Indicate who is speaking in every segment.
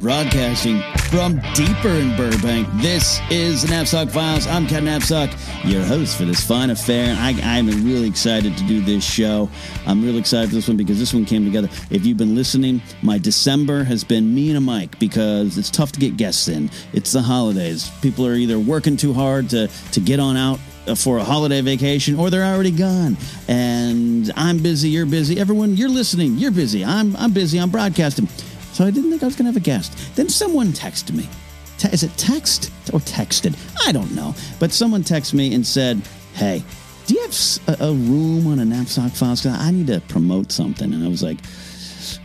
Speaker 1: Broadcasting from deeper in Burbank, this is the Knapsack Files. I'm Ken Knapsack, your host for this fine affair. And I, I'm really excited to do this show. I'm really excited for this one because this one came together. If you've been listening, my December has been me and a mic because it's tough to get guests in. It's the holidays. People are either working too hard to, to get on out for a holiday vacation or they're already gone. And I'm busy, you're busy. Everyone, you're listening, you're busy. I'm, I'm busy, I'm broadcasting. So I didn't think I was going to have a guest. Then someone texted me. Te- is it text or texted? I don't know. But someone texted me and said, hey, do you have s- a, a room on a knapsack file? 'Cause I need to promote something. And I was like,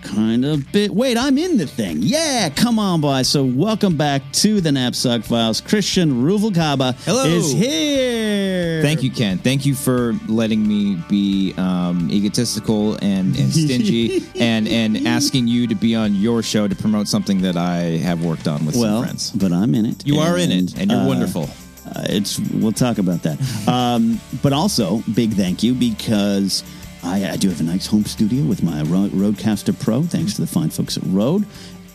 Speaker 1: kind of bit. Wait, I'm in the thing. Yeah, come on, boy. So welcome back to the Knapsack Files. Christian Ruvalcaba
Speaker 2: Hello.
Speaker 1: is here.
Speaker 2: Thank you, Ken. Thank you for letting me be um, egotistical and, and stingy and, and asking you to be on your show to promote something that I have worked on with
Speaker 1: Well,
Speaker 2: some friends.
Speaker 1: but I'm in it.
Speaker 2: You are in it, and you're
Speaker 1: uh,
Speaker 2: wonderful.
Speaker 1: Uh, it's we'll talk about that. Um, but also, big thank you because I, I do have a nice home studio with my Ro- Rodecaster Pro, thanks to the fine folks at Rode.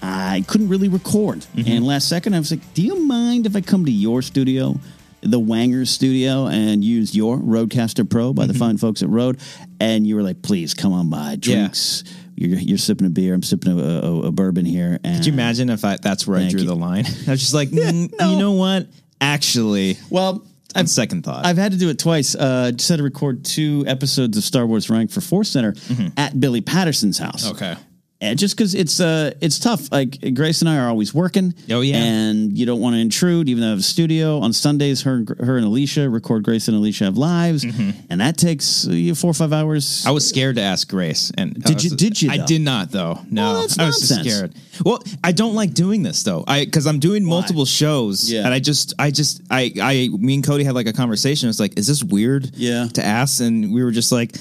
Speaker 1: I couldn't really record,
Speaker 2: Mm-hmm.
Speaker 1: and last second I was like, "Do you mind if I come to your studio?" The Wanger Studio and use your Rodecaster Pro by the
Speaker 2: Mm-hmm.
Speaker 1: fine folks at Rode, and you were like, "Please come on by, drinks. You're, you're sipping a beer, I'm sipping a, a, a bourbon here." And
Speaker 2: Could you imagine if I, that's where I
Speaker 1: Thank
Speaker 2: drew
Speaker 1: you.
Speaker 2: the line? I was just like, "Mm, you know what? Actually,
Speaker 1: Well,
Speaker 2: on second thought,
Speaker 1: I've had to do it twice. Uh, just had to record two episodes of Star Wars Rank for Force Center at Billy Patterson's house.
Speaker 2: Mm-hmm. okay.
Speaker 1: And just because it's uh, it's tough. Like Grace and I are always working.
Speaker 2: Oh, yeah.
Speaker 1: and you don't want to intrude, even though I have a studio on Sundays. Her and, her and Alicia record. Grace and Alicia have lives,
Speaker 2: Mm-hmm.
Speaker 1: and that takes uh, four or five hours.
Speaker 2: I was scared to ask Grace, and I
Speaker 1: Did you-
Speaker 2: was-
Speaker 1: did you,
Speaker 2: Oh, I
Speaker 1: though?
Speaker 2: did not though. No,
Speaker 1: Well, that's
Speaker 2: I was just
Speaker 1: nonsense.
Speaker 2: scared. Well, I don't like doing this though. I because I'm doing multiple shows,
Speaker 1: Yeah.
Speaker 2: and I just, I just, I, I, me and Cody had like a conversation. It's like, is this weird?
Speaker 1: Yeah.
Speaker 2: To ask, and we were just like,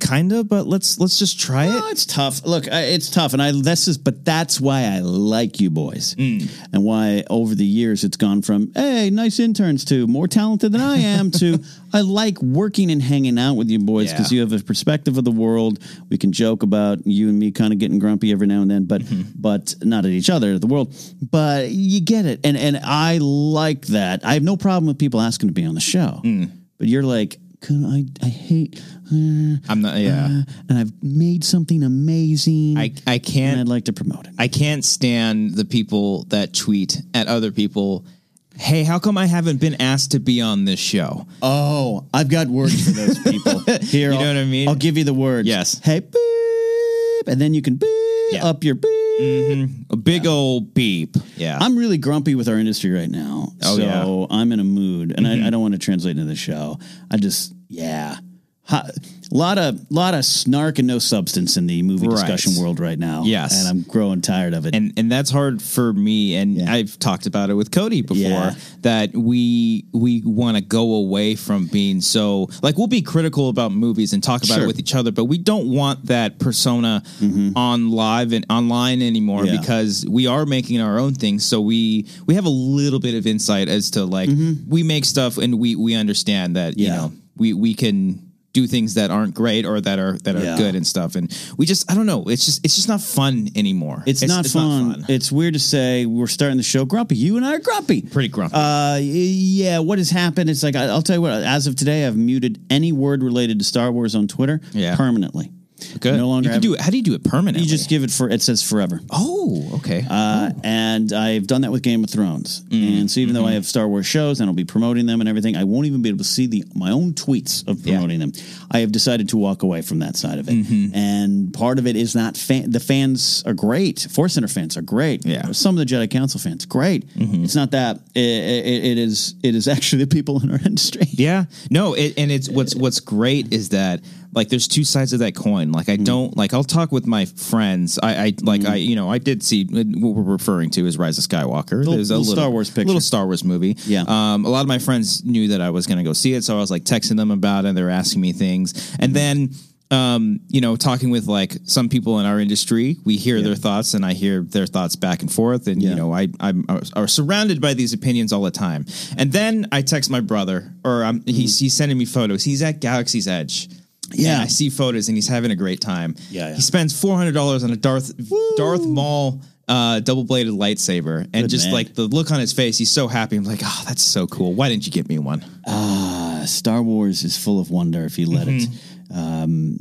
Speaker 2: kind of, but let's let's just try
Speaker 1: No,
Speaker 2: it.
Speaker 1: it's tough. Look, I, it's tough, and I this is, but that's why I like you boys, and why over the years it's gone from hey, nice interns to more talented than I am to I like working and hanging out with you boys because
Speaker 2: Yeah.
Speaker 1: you have a perspective of the world. We can joke about you and me kind of getting grumpy every now and then, but but not at each other, at the world. But you get it, and and I like that. I have no problem with people asking to be on the show, but you're like. "Can I, I hate. uh,
Speaker 2: I'm not. Yeah.
Speaker 1: uh, and I've made something amazing.
Speaker 2: I I
Speaker 1: and
Speaker 2: can't
Speaker 1: I'd like to promote it.
Speaker 2: I can't stand the people that tweet at other people. Hey, how come I haven't been asked to be on this show?
Speaker 1: Oh, I've got words for those people. Here,
Speaker 2: You know
Speaker 1: I'll-
Speaker 2: what I mean?
Speaker 1: I'll give you the words.
Speaker 2: Yes.
Speaker 1: Hey, boop, and then you can boop
Speaker 2: Yeah. Mm.
Speaker 1: up your boop.
Speaker 2: A big old beep. Yeah.
Speaker 1: I'm really grumpy with our industry right now.
Speaker 2: Oh,
Speaker 1: so
Speaker 2: yeah. Mm-hmm.
Speaker 1: I'm in a mood, and I, I don't want to translate into the show. I just, yeah. A lot of lot of snark and no substance in the movie
Speaker 2: Right.
Speaker 1: discussion world right now.
Speaker 2: Yes.
Speaker 1: and I'm growing tired of it.
Speaker 2: and and that's hard for me and I've talked about it with Cody before
Speaker 1: Yeah.
Speaker 2: that we we want to go away from being so like we'll be critical about movies and talk about it
Speaker 1: Sure. Mm-hmm.
Speaker 2: with each other but we don't want that persona on live and online anymore
Speaker 1: Yeah.
Speaker 2: because we are making our own things so we we have a little bit of insight as to like we make stuff and we we understand that you
Speaker 1: Mm-hmm. Yeah.
Speaker 2: know we we can do things that aren't great or that are that are
Speaker 1: Yeah.
Speaker 2: good and stuff and we just I don't know it's just it's just not fun anymore
Speaker 1: It's, not, fun. It's weird to say we're starting the show grumpy. You and I are grumpy.
Speaker 2: Pretty grumpy.
Speaker 1: Uh, y- yeah. What has happened? It's like I, I'll tell you what. As of today, I've muted any word related to Star Wars on Twitter
Speaker 2: Yeah.
Speaker 1: permanently.
Speaker 2: Good.
Speaker 1: No longer
Speaker 2: You can
Speaker 1: have-
Speaker 2: do it. How do you do it permanently?
Speaker 1: You just give it for it says forever.
Speaker 2: Oh, Mm-hmm. okay.
Speaker 1: Uh, and I've done that with Game of Thrones. And so even though I have Star Wars shows and I'll be promoting them and everything, I won't even be able to see the my own tweets of
Speaker 2: Yeah.
Speaker 1: promoting them. I have decided to walk away from that side of it.
Speaker 2: Mm-hmm.
Speaker 1: And part of it is not fan, the fans are great. Force Center fans are great.
Speaker 2: Yeah. Mm-hmm.
Speaker 1: Some of the Jedi Council fans, great. It's not that it, it, it is it is actually the people in our industry.
Speaker 2: Yeah. No, it, and it's what's what's great is that like there's two sides of that coin. Like I don't like I'll talk with my friends. I, I like I you know I did see uh, what we're referring to is Rise of Skywalker. There's a
Speaker 1: little Star Wars picture.
Speaker 2: little Star Wars movie.
Speaker 1: Yeah.
Speaker 2: Um, a lot of my friends knew that I was going to go see it, so I was like texting them about it. They're asking me things, and then. Um, you know, talking with like some people in our industry, we hear their thoughts and I hear their thoughts back and forth. And, you
Speaker 1: Yeah.
Speaker 2: know, I, I'm are, are surrounded by these opinions all the time. And then I text my brother, or I'm, he's he's sending me photos. He's at Galaxy's Edge.
Speaker 1: Mm-hmm. Yeah.
Speaker 2: and I see photos, and he's having a great time.
Speaker 1: Yeah, yeah.
Speaker 2: he spends four hundred dollars on a Darth Darth Maul uh, double bladed lightsaber, and just
Speaker 1: man.
Speaker 2: like the look on his face, he's so happy. I'm like, oh, that's so cool. Why didn't you get me one?
Speaker 1: Star Wars is full of wonder if you let
Speaker 2: Mm-hmm.
Speaker 1: it. Um,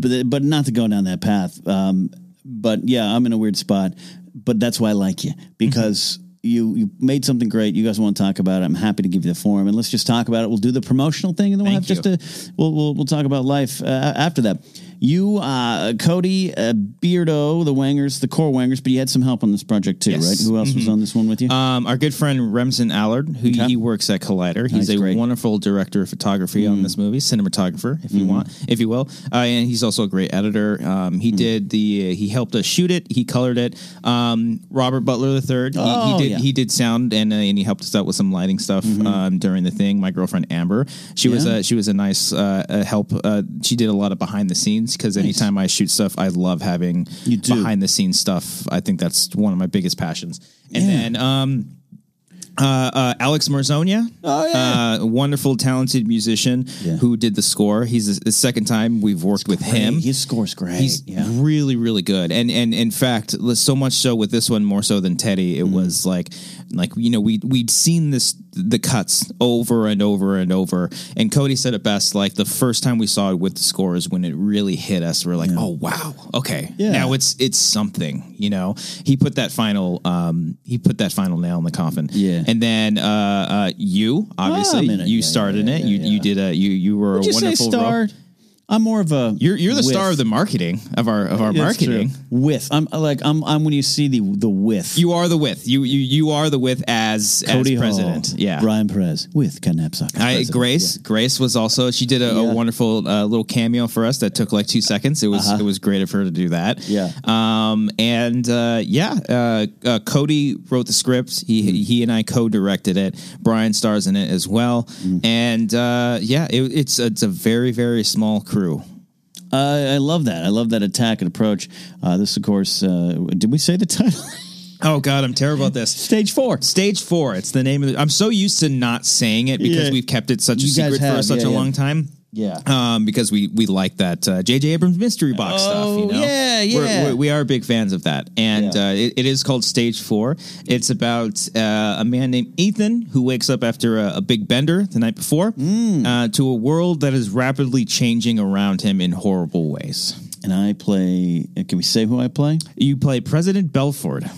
Speaker 1: but but not to go down that path. Um, but yeah, I'm in a weird spot. But that's why I like you because
Speaker 2: Mm-hmm.
Speaker 1: you you made something great. You guys want to talk about it? I'm happy to give you the forum and let's just talk about it. We'll do the promotional thing and then we'll
Speaker 2: Thank
Speaker 1: have just a we'll we'll, we'll talk about life uh, after that. You, uh, Cody, uh, Beardo, the Wangers, the core Wangers, but you had some help on this project too,
Speaker 2: Yes. Mm-hmm.
Speaker 1: right? Who else was on this one with you?
Speaker 2: Um, our good friend Remsen Allard, who
Speaker 1: Okay.
Speaker 2: he works at Collider. He's
Speaker 1: Nice,
Speaker 2: a
Speaker 1: great. Mm.
Speaker 2: wonderful director of photography on this movie, cinematographer, if
Speaker 1: Mm-hmm.
Speaker 2: you want, if you will. Uh, and he's also a great editor. Um,
Speaker 1: Mm.
Speaker 2: he did the he helped us shoot it. He colored it. Um, Robert Butler III. He,
Speaker 1: Oh,
Speaker 2: he did
Speaker 1: yeah. Mm-hmm.
Speaker 2: he did sound and uh, and he helped us out with some lighting stuff um, during the thing. My girlfriend Amber, she was
Speaker 1: Yeah.
Speaker 2: a she was a nice uh, uh, help. Uh, she did a lot of behind the scenes because anytime I shoot stuff, I love having
Speaker 1: You do.
Speaker 2: behind the scenes stuff. I think that's one of my biggest passions. And
Speaker 1: Yeah.
Speaker 2: then um, uh, uh, Alex Marzonia,
Speaker 1: Oh, yeah.
Speaker 2: uh, wonderful, talented musician
Speaker 1: Yeah.
Speaker 2: who did the score. He's the, the second time we've worked with him.
Speaker 1: His score's great.
Speaker 2: He's really, really good, and and in fact, so much so with this one more so than Teddy, it
Speaker 1: Mm-hmm.
Speaker 2: was like, like you know, we we'd seen this the cuts over and over and over, and Cody said it best. Like the first time we saw it with the score is when it really hit us. We're like, oh wow, okay,
Speaker 1: Yeah.
Speaker 2: now it's it's something, you know. He put that final, um, he put that final nail in the coffin,
Speaker 1: Yeah.
Speaker 2: And then uh, uh, you obviously
Speaker 1: I'm in it.
Speaker 2: you
Speaker 1: Yeah,
Speaker 2: started
Speaker 1: yeah,
Speaker 2: it.
Speaker 1: yeah,
Speaker 2: you
Speaker 1: yeah.
Speaker 2: you did a you you were
Speaker 1: Would
Speaker 2: a
Speaker 1: you say
Speaker 2: wonderful role.
Speaker 1: starred? I'm more of a
Speaker 2: You're you're the star
Speaker 1: whiff.
Speaker 2: of the marketing of our of our
Speaker 1: That's true.
Speaker 2: marketing.
Speaker 1: With I'm uh, like I'm I'm when you see the the with
Speaker 2: You are the with. You you you are the with as as president.
Speaker 1: Hall,
Speaker 2: Yeah.
Speaker 1: Brian Perez with Ken Knapsack. as
Speaker 2: I,
Speaker 1: president.
Speaker 2: Grace, Grace was also. She did a,
Speaker 1: Yeah.
Speaker 2: a wonderful uh, little cameo for us that took like two seconds. It was it was great of her to do that.
Speaker 1: Uh-huh. Yeah.
Speaker 2: Um. And uh, yeah. Uh, uh, Cody wrote the script.
Speaker 1: Mm-hmm.
Speaker 2: He he and I co-directed it. Brian stars in it as well.
Speaker 1: Mm-hmm.
Speaker 2: And uh, yeah, it, it's it's a very very small crew.
Speaker 1: Uh, I love that. I love that attack and approach. Uh, this, of course, uh, did we say the title?
Speaker 2: Oh God, I'm terrible at this.
Speaker 1: Stage four.
Speaker 2: Stage four. It's the name of the. I'm so used to not saying it because
Speaker 1: Yeah.
Speaker 2: we've kept it such a
Speaker 1: You guys
Speaker 2: secret for
Speaker 1: have,
Speaker 2: such
Speaker 1: yeah,
Speaker 2: a
Speaker 1: yeah.
Speaker 2: long time.
Speaker 1: Yeah.
Speaker 2: Um, because we we like that uh, J.J. Abrams mystery box
Speaker 1: Oh,
Speaker 2: stuff. You know.
Speaker 1: yeah, yeah.
Speaker 2: We're, we're, we are big fans of that, and
Speaker 1: Yeah.
Speaker 2: uh, it, it is called Stage Four. It's about uh, a man named Ethan who wakes up after a, a big bender the night before
Speaker 1: Mm.
Speaker 2: uh, to a world that is rapidly changing around him in horrible ways.
Speaker 1: And I play. uh, Can we say who I play?
Speaker 2: You play President Belford.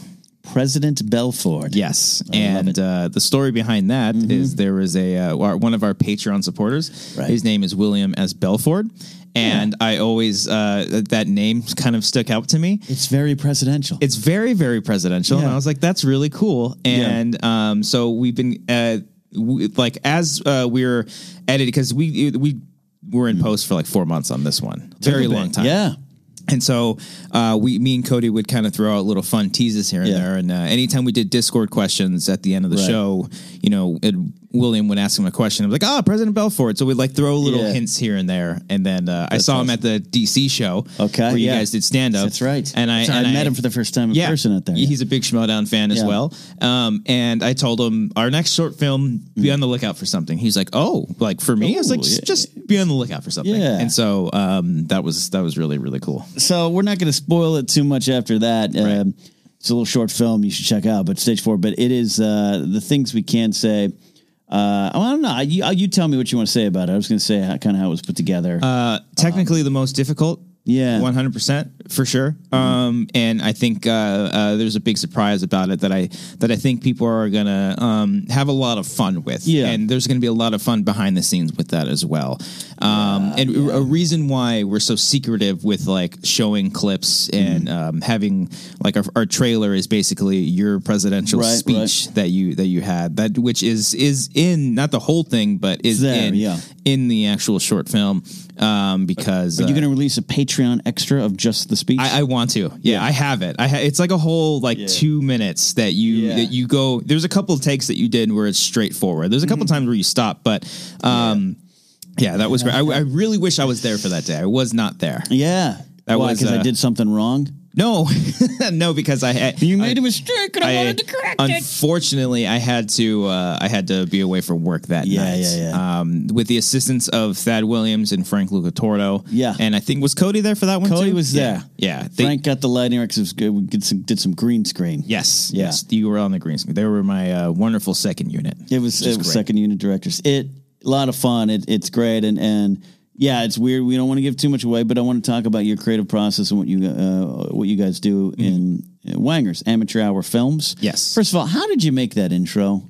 Speaker 1: President Belford.
Speaker 2: Yes, and uh, the story behind that is there was a uh, our- one of our Patreon supporters.
Speaker 1: Mm-hmm. Right.
Speaker 2: His name is William S. Belford, and I always uh, th- that name kind of stuck out to me.
Speaker 1: It's very presidential.
Speaker 2: It's very very presidential, and
Speaker 1: Yeah.
Speaker 2: I was like, that's really cool. And um, so we've been uh, w- like as uh, we are edited because we we were in post for like four months on this one,
Speaker 1: Mm-hmm.
Speaker 2: very
Speaker 1: Took a
Speaker 2: long
Speaker 1: bit.
Speaker 2: time.
Speaker 1: Yeah.
Speaker 2: And so uh, we, me and Cody would kind of throw out little fun teases here and
Speaker 1: Yeah.
Speaker 2: there. And uh, anytime we did Discord questions at the end of the
Speaker 1: Right.
Speaker 2: show, you know, it, William would ask him a question. I was like, "Ah, President Belford." So we'd like throw little
Speaker 1: Yeah.
Speaker 2: hints here and there. And then uh, I saw him at the DC show.
Speaker 1: Okay,
Speaker 2: where
Speaker 1: yeah.
Speaker 2: you guys did stand up.
Speaker 1: That's right.
Speaker 2: And I,
Speaker 1: That's right.
Speaker 2: and
Speaker 1: I met him for the first time in person at there.
Speaker 2: He's a big Schmodown fan as
Speaker 1: Yeah.
Speaker 2: well. Um, and I told him our next short film, be on the lookout for something. He's like, "Oh, like for me?" I was like,
Speaker 1: Mm. Ooh,
Speaker 2: "Just,
Speaker 1: yeah.
Speaker 2: just be on the lookout for something."
Speaker 1: Yeah.
Speaker 2: And so um, that was that was really really cool.
Speaker 1: so we're not going to spoil it too much after that. Um, it's a little short film you should check out, but stage four. But it is uh, the things we can say. Uh, I don't know.
Speaker 2: Uh,
Speaker 1: You, you tell me what you want to say about it. I was going to say how, kind of how it was put together.
Speaker 2: technically the most difficult
Speaker 1: Yeah.
Speaker 2: one hundred percent for sure. Um, and I think uh, uh, there's a big surprise about it that I that I think people are gonna um, have a lot of fun with.
Speaker 1: Yeah.
Speaker 2: and there's gonna be a lot of fun behind the scenes with that as well. Um, and a reason why we're so secretive with like showing clips
Speaker 1: Mm-hmm.
Speaker 2: and um, having like our, our trailer is basically your presidential
Speaker 1: Right,
Speaker 2: speech
Speaker 1: right.
Speaker 2: that you that you had that which is is in not the whole thing but is
Speaker 1: there,
Speaker 2: in
Speaker 1: yeah.
Speaker 2: in the actual short film um because
Speaker 1: You're
Speaker 2: uh,
Speaker 1: going to release a Patreon extra of just the speech?
Speaker 2: I, I want to. Yeah, I have it. I ha- it's like a whole like two minutes that you
Speaker 1: Yeah.
Speaker 2: that you go. There's a couple of takes that you did where it's straightforward. There's a couple times where you stop, but um, Mm-hmm. yeah, that was great. I, I really wish I was there for that day. I was not there.
Speaker 1: yeah.
Speaker 2: That
Speaker 1: Why?
Speaker 2: was,
Speaker 1: Because I
Speaker 2: uh,
Speaker 1: did something wrong?
Speaker 2: No, no, because I had
Speaker 1: You made a mistake and I,
Speaker 2: I-
Speaker 1: wanted to correct it.
Speaker 2: Unfortunately, I had to uh, I had to be away from work that
Speaker 1: Yeah,
Speaker 2: night.
Speaker 1: yeah, yeah.
Speaker 2: Um, with the assistance of Thad Williams and Frank Lucatordo.
Speaker 1: Yeah.
Speaker 2: and I think was Cody there for that one.
Speaker 1: Cody
Speaker 2: too?
Speaker 1: was
Speaker 2: Yeah.
Speaker 1: there.
Speaker 2: Yeah, They-
Speaker 1: Frank got the lighting right 'cause it was good. We did some, did some green screen.
Speaker 2: Yes,
Speaker 1: Yeah.
Speaker 2: yes, you were on the green screen. They were my uh, wonderful second unit.
Speaker 1: It was, it was second unit directors. It a lot of fun. It, it's great and and yeah, it's weird. We don't want to give too much away, but I want to talk about your creative process and what you uh, what you guys do in uh, Wangers Amateur Hour Films.
Speaker 2: Mm-hmm. Yes.
Speaker 1: First of all, how did you make that intro?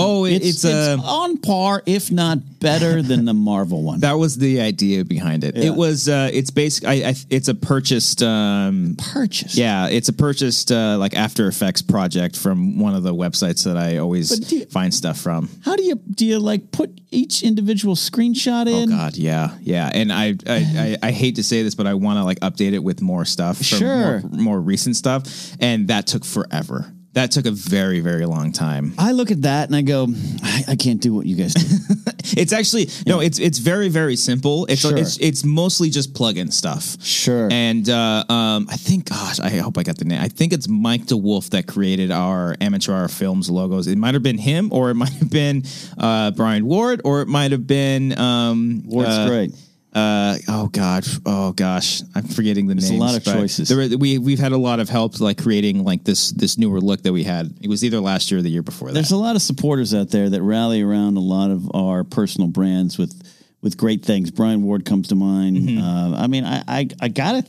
Speaker 2: Oh, it,
Speaker 1: It's, it's,
Speaker 2: it's, uh,
Speaker 1: on par, if not better, than the Marvel one.
Speaker 2: that was the idea behind it. It was uh, it's basic. I, I it's a purchased. Um,
Speaker 1: purchase.
Speaker 2: yeah, it's a purchased uh, like After Effects project from one of the websites that I always
Speaker 1: But do you-
Speaker 2: find stuff from.
Speaker 1: How do you do you like put each individual screenshot
Speaker 2: Oh
Speaker 1: in?
Speaker 2: God, yeah, yeah, and I I, I, I hate to say this, but I want to like update it with more stuff, from
Speaker 1: Sure.
Speaker 2: more, more recent stuff, and that took forever. That took a very very long time.
Speaker 1: I look at that and I go, I, I can't do what you guys do.
Speaker 2: It's actually no, it's it's very very simple. It's
Speaker 1: Sure.
Speaker 2: it's it's mostly just plug-in stuff.
Speaker 1: Sure.
Speaker 2: And uh, um, I think, gosh, I hope I got the name. I think it's Mike DeWolf that created our amateur hour films logos. It might have been him, or it might have been uh, Brian Ward, or it might have been um,
Speaker 1: Ward's
Speaker 2: uh,
Speaker 1: great.
Speaker 2: uh, oh god, oh gosh, I'm forgetting the
Speaker 1: a
Speaker 2: names.
Speaker 1: lot of
Speaker 2: but
Speaker 1: choices.
Speaker 2: There were, we we've had a lot of help like creating like this this newer look that we had. It was either last year or the year before. that.
Speaker 1: There's a lot of supporters out there that rally around a lot of our personal brands with with great things. Brian Ward comes to mind.
Speaker 2: Mm-hmm.
Speaker 1: Uh, I mean, I I, I got it.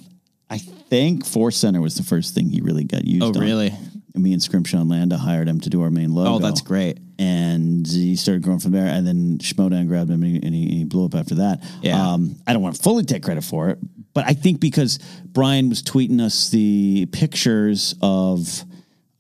Speaker 1: I think Force Center was the first thing he really got used.
Speaker 2: Oh,
Speaker 1: on.
Speaker 2: really?
Speaker 1: Me and Scrimshaw and Landa hired him to do our main logo.
Speaker 2: Oh, that's great.
Speaker 1: And he started growing from there, and then Schmodown grabbed him, and he, and he, and he blew up after that.
Speaker 2: Yeah.
Speaker 1: Um, I don't want to fully take credit for it, but I think because Brian was tweeting us the pictures of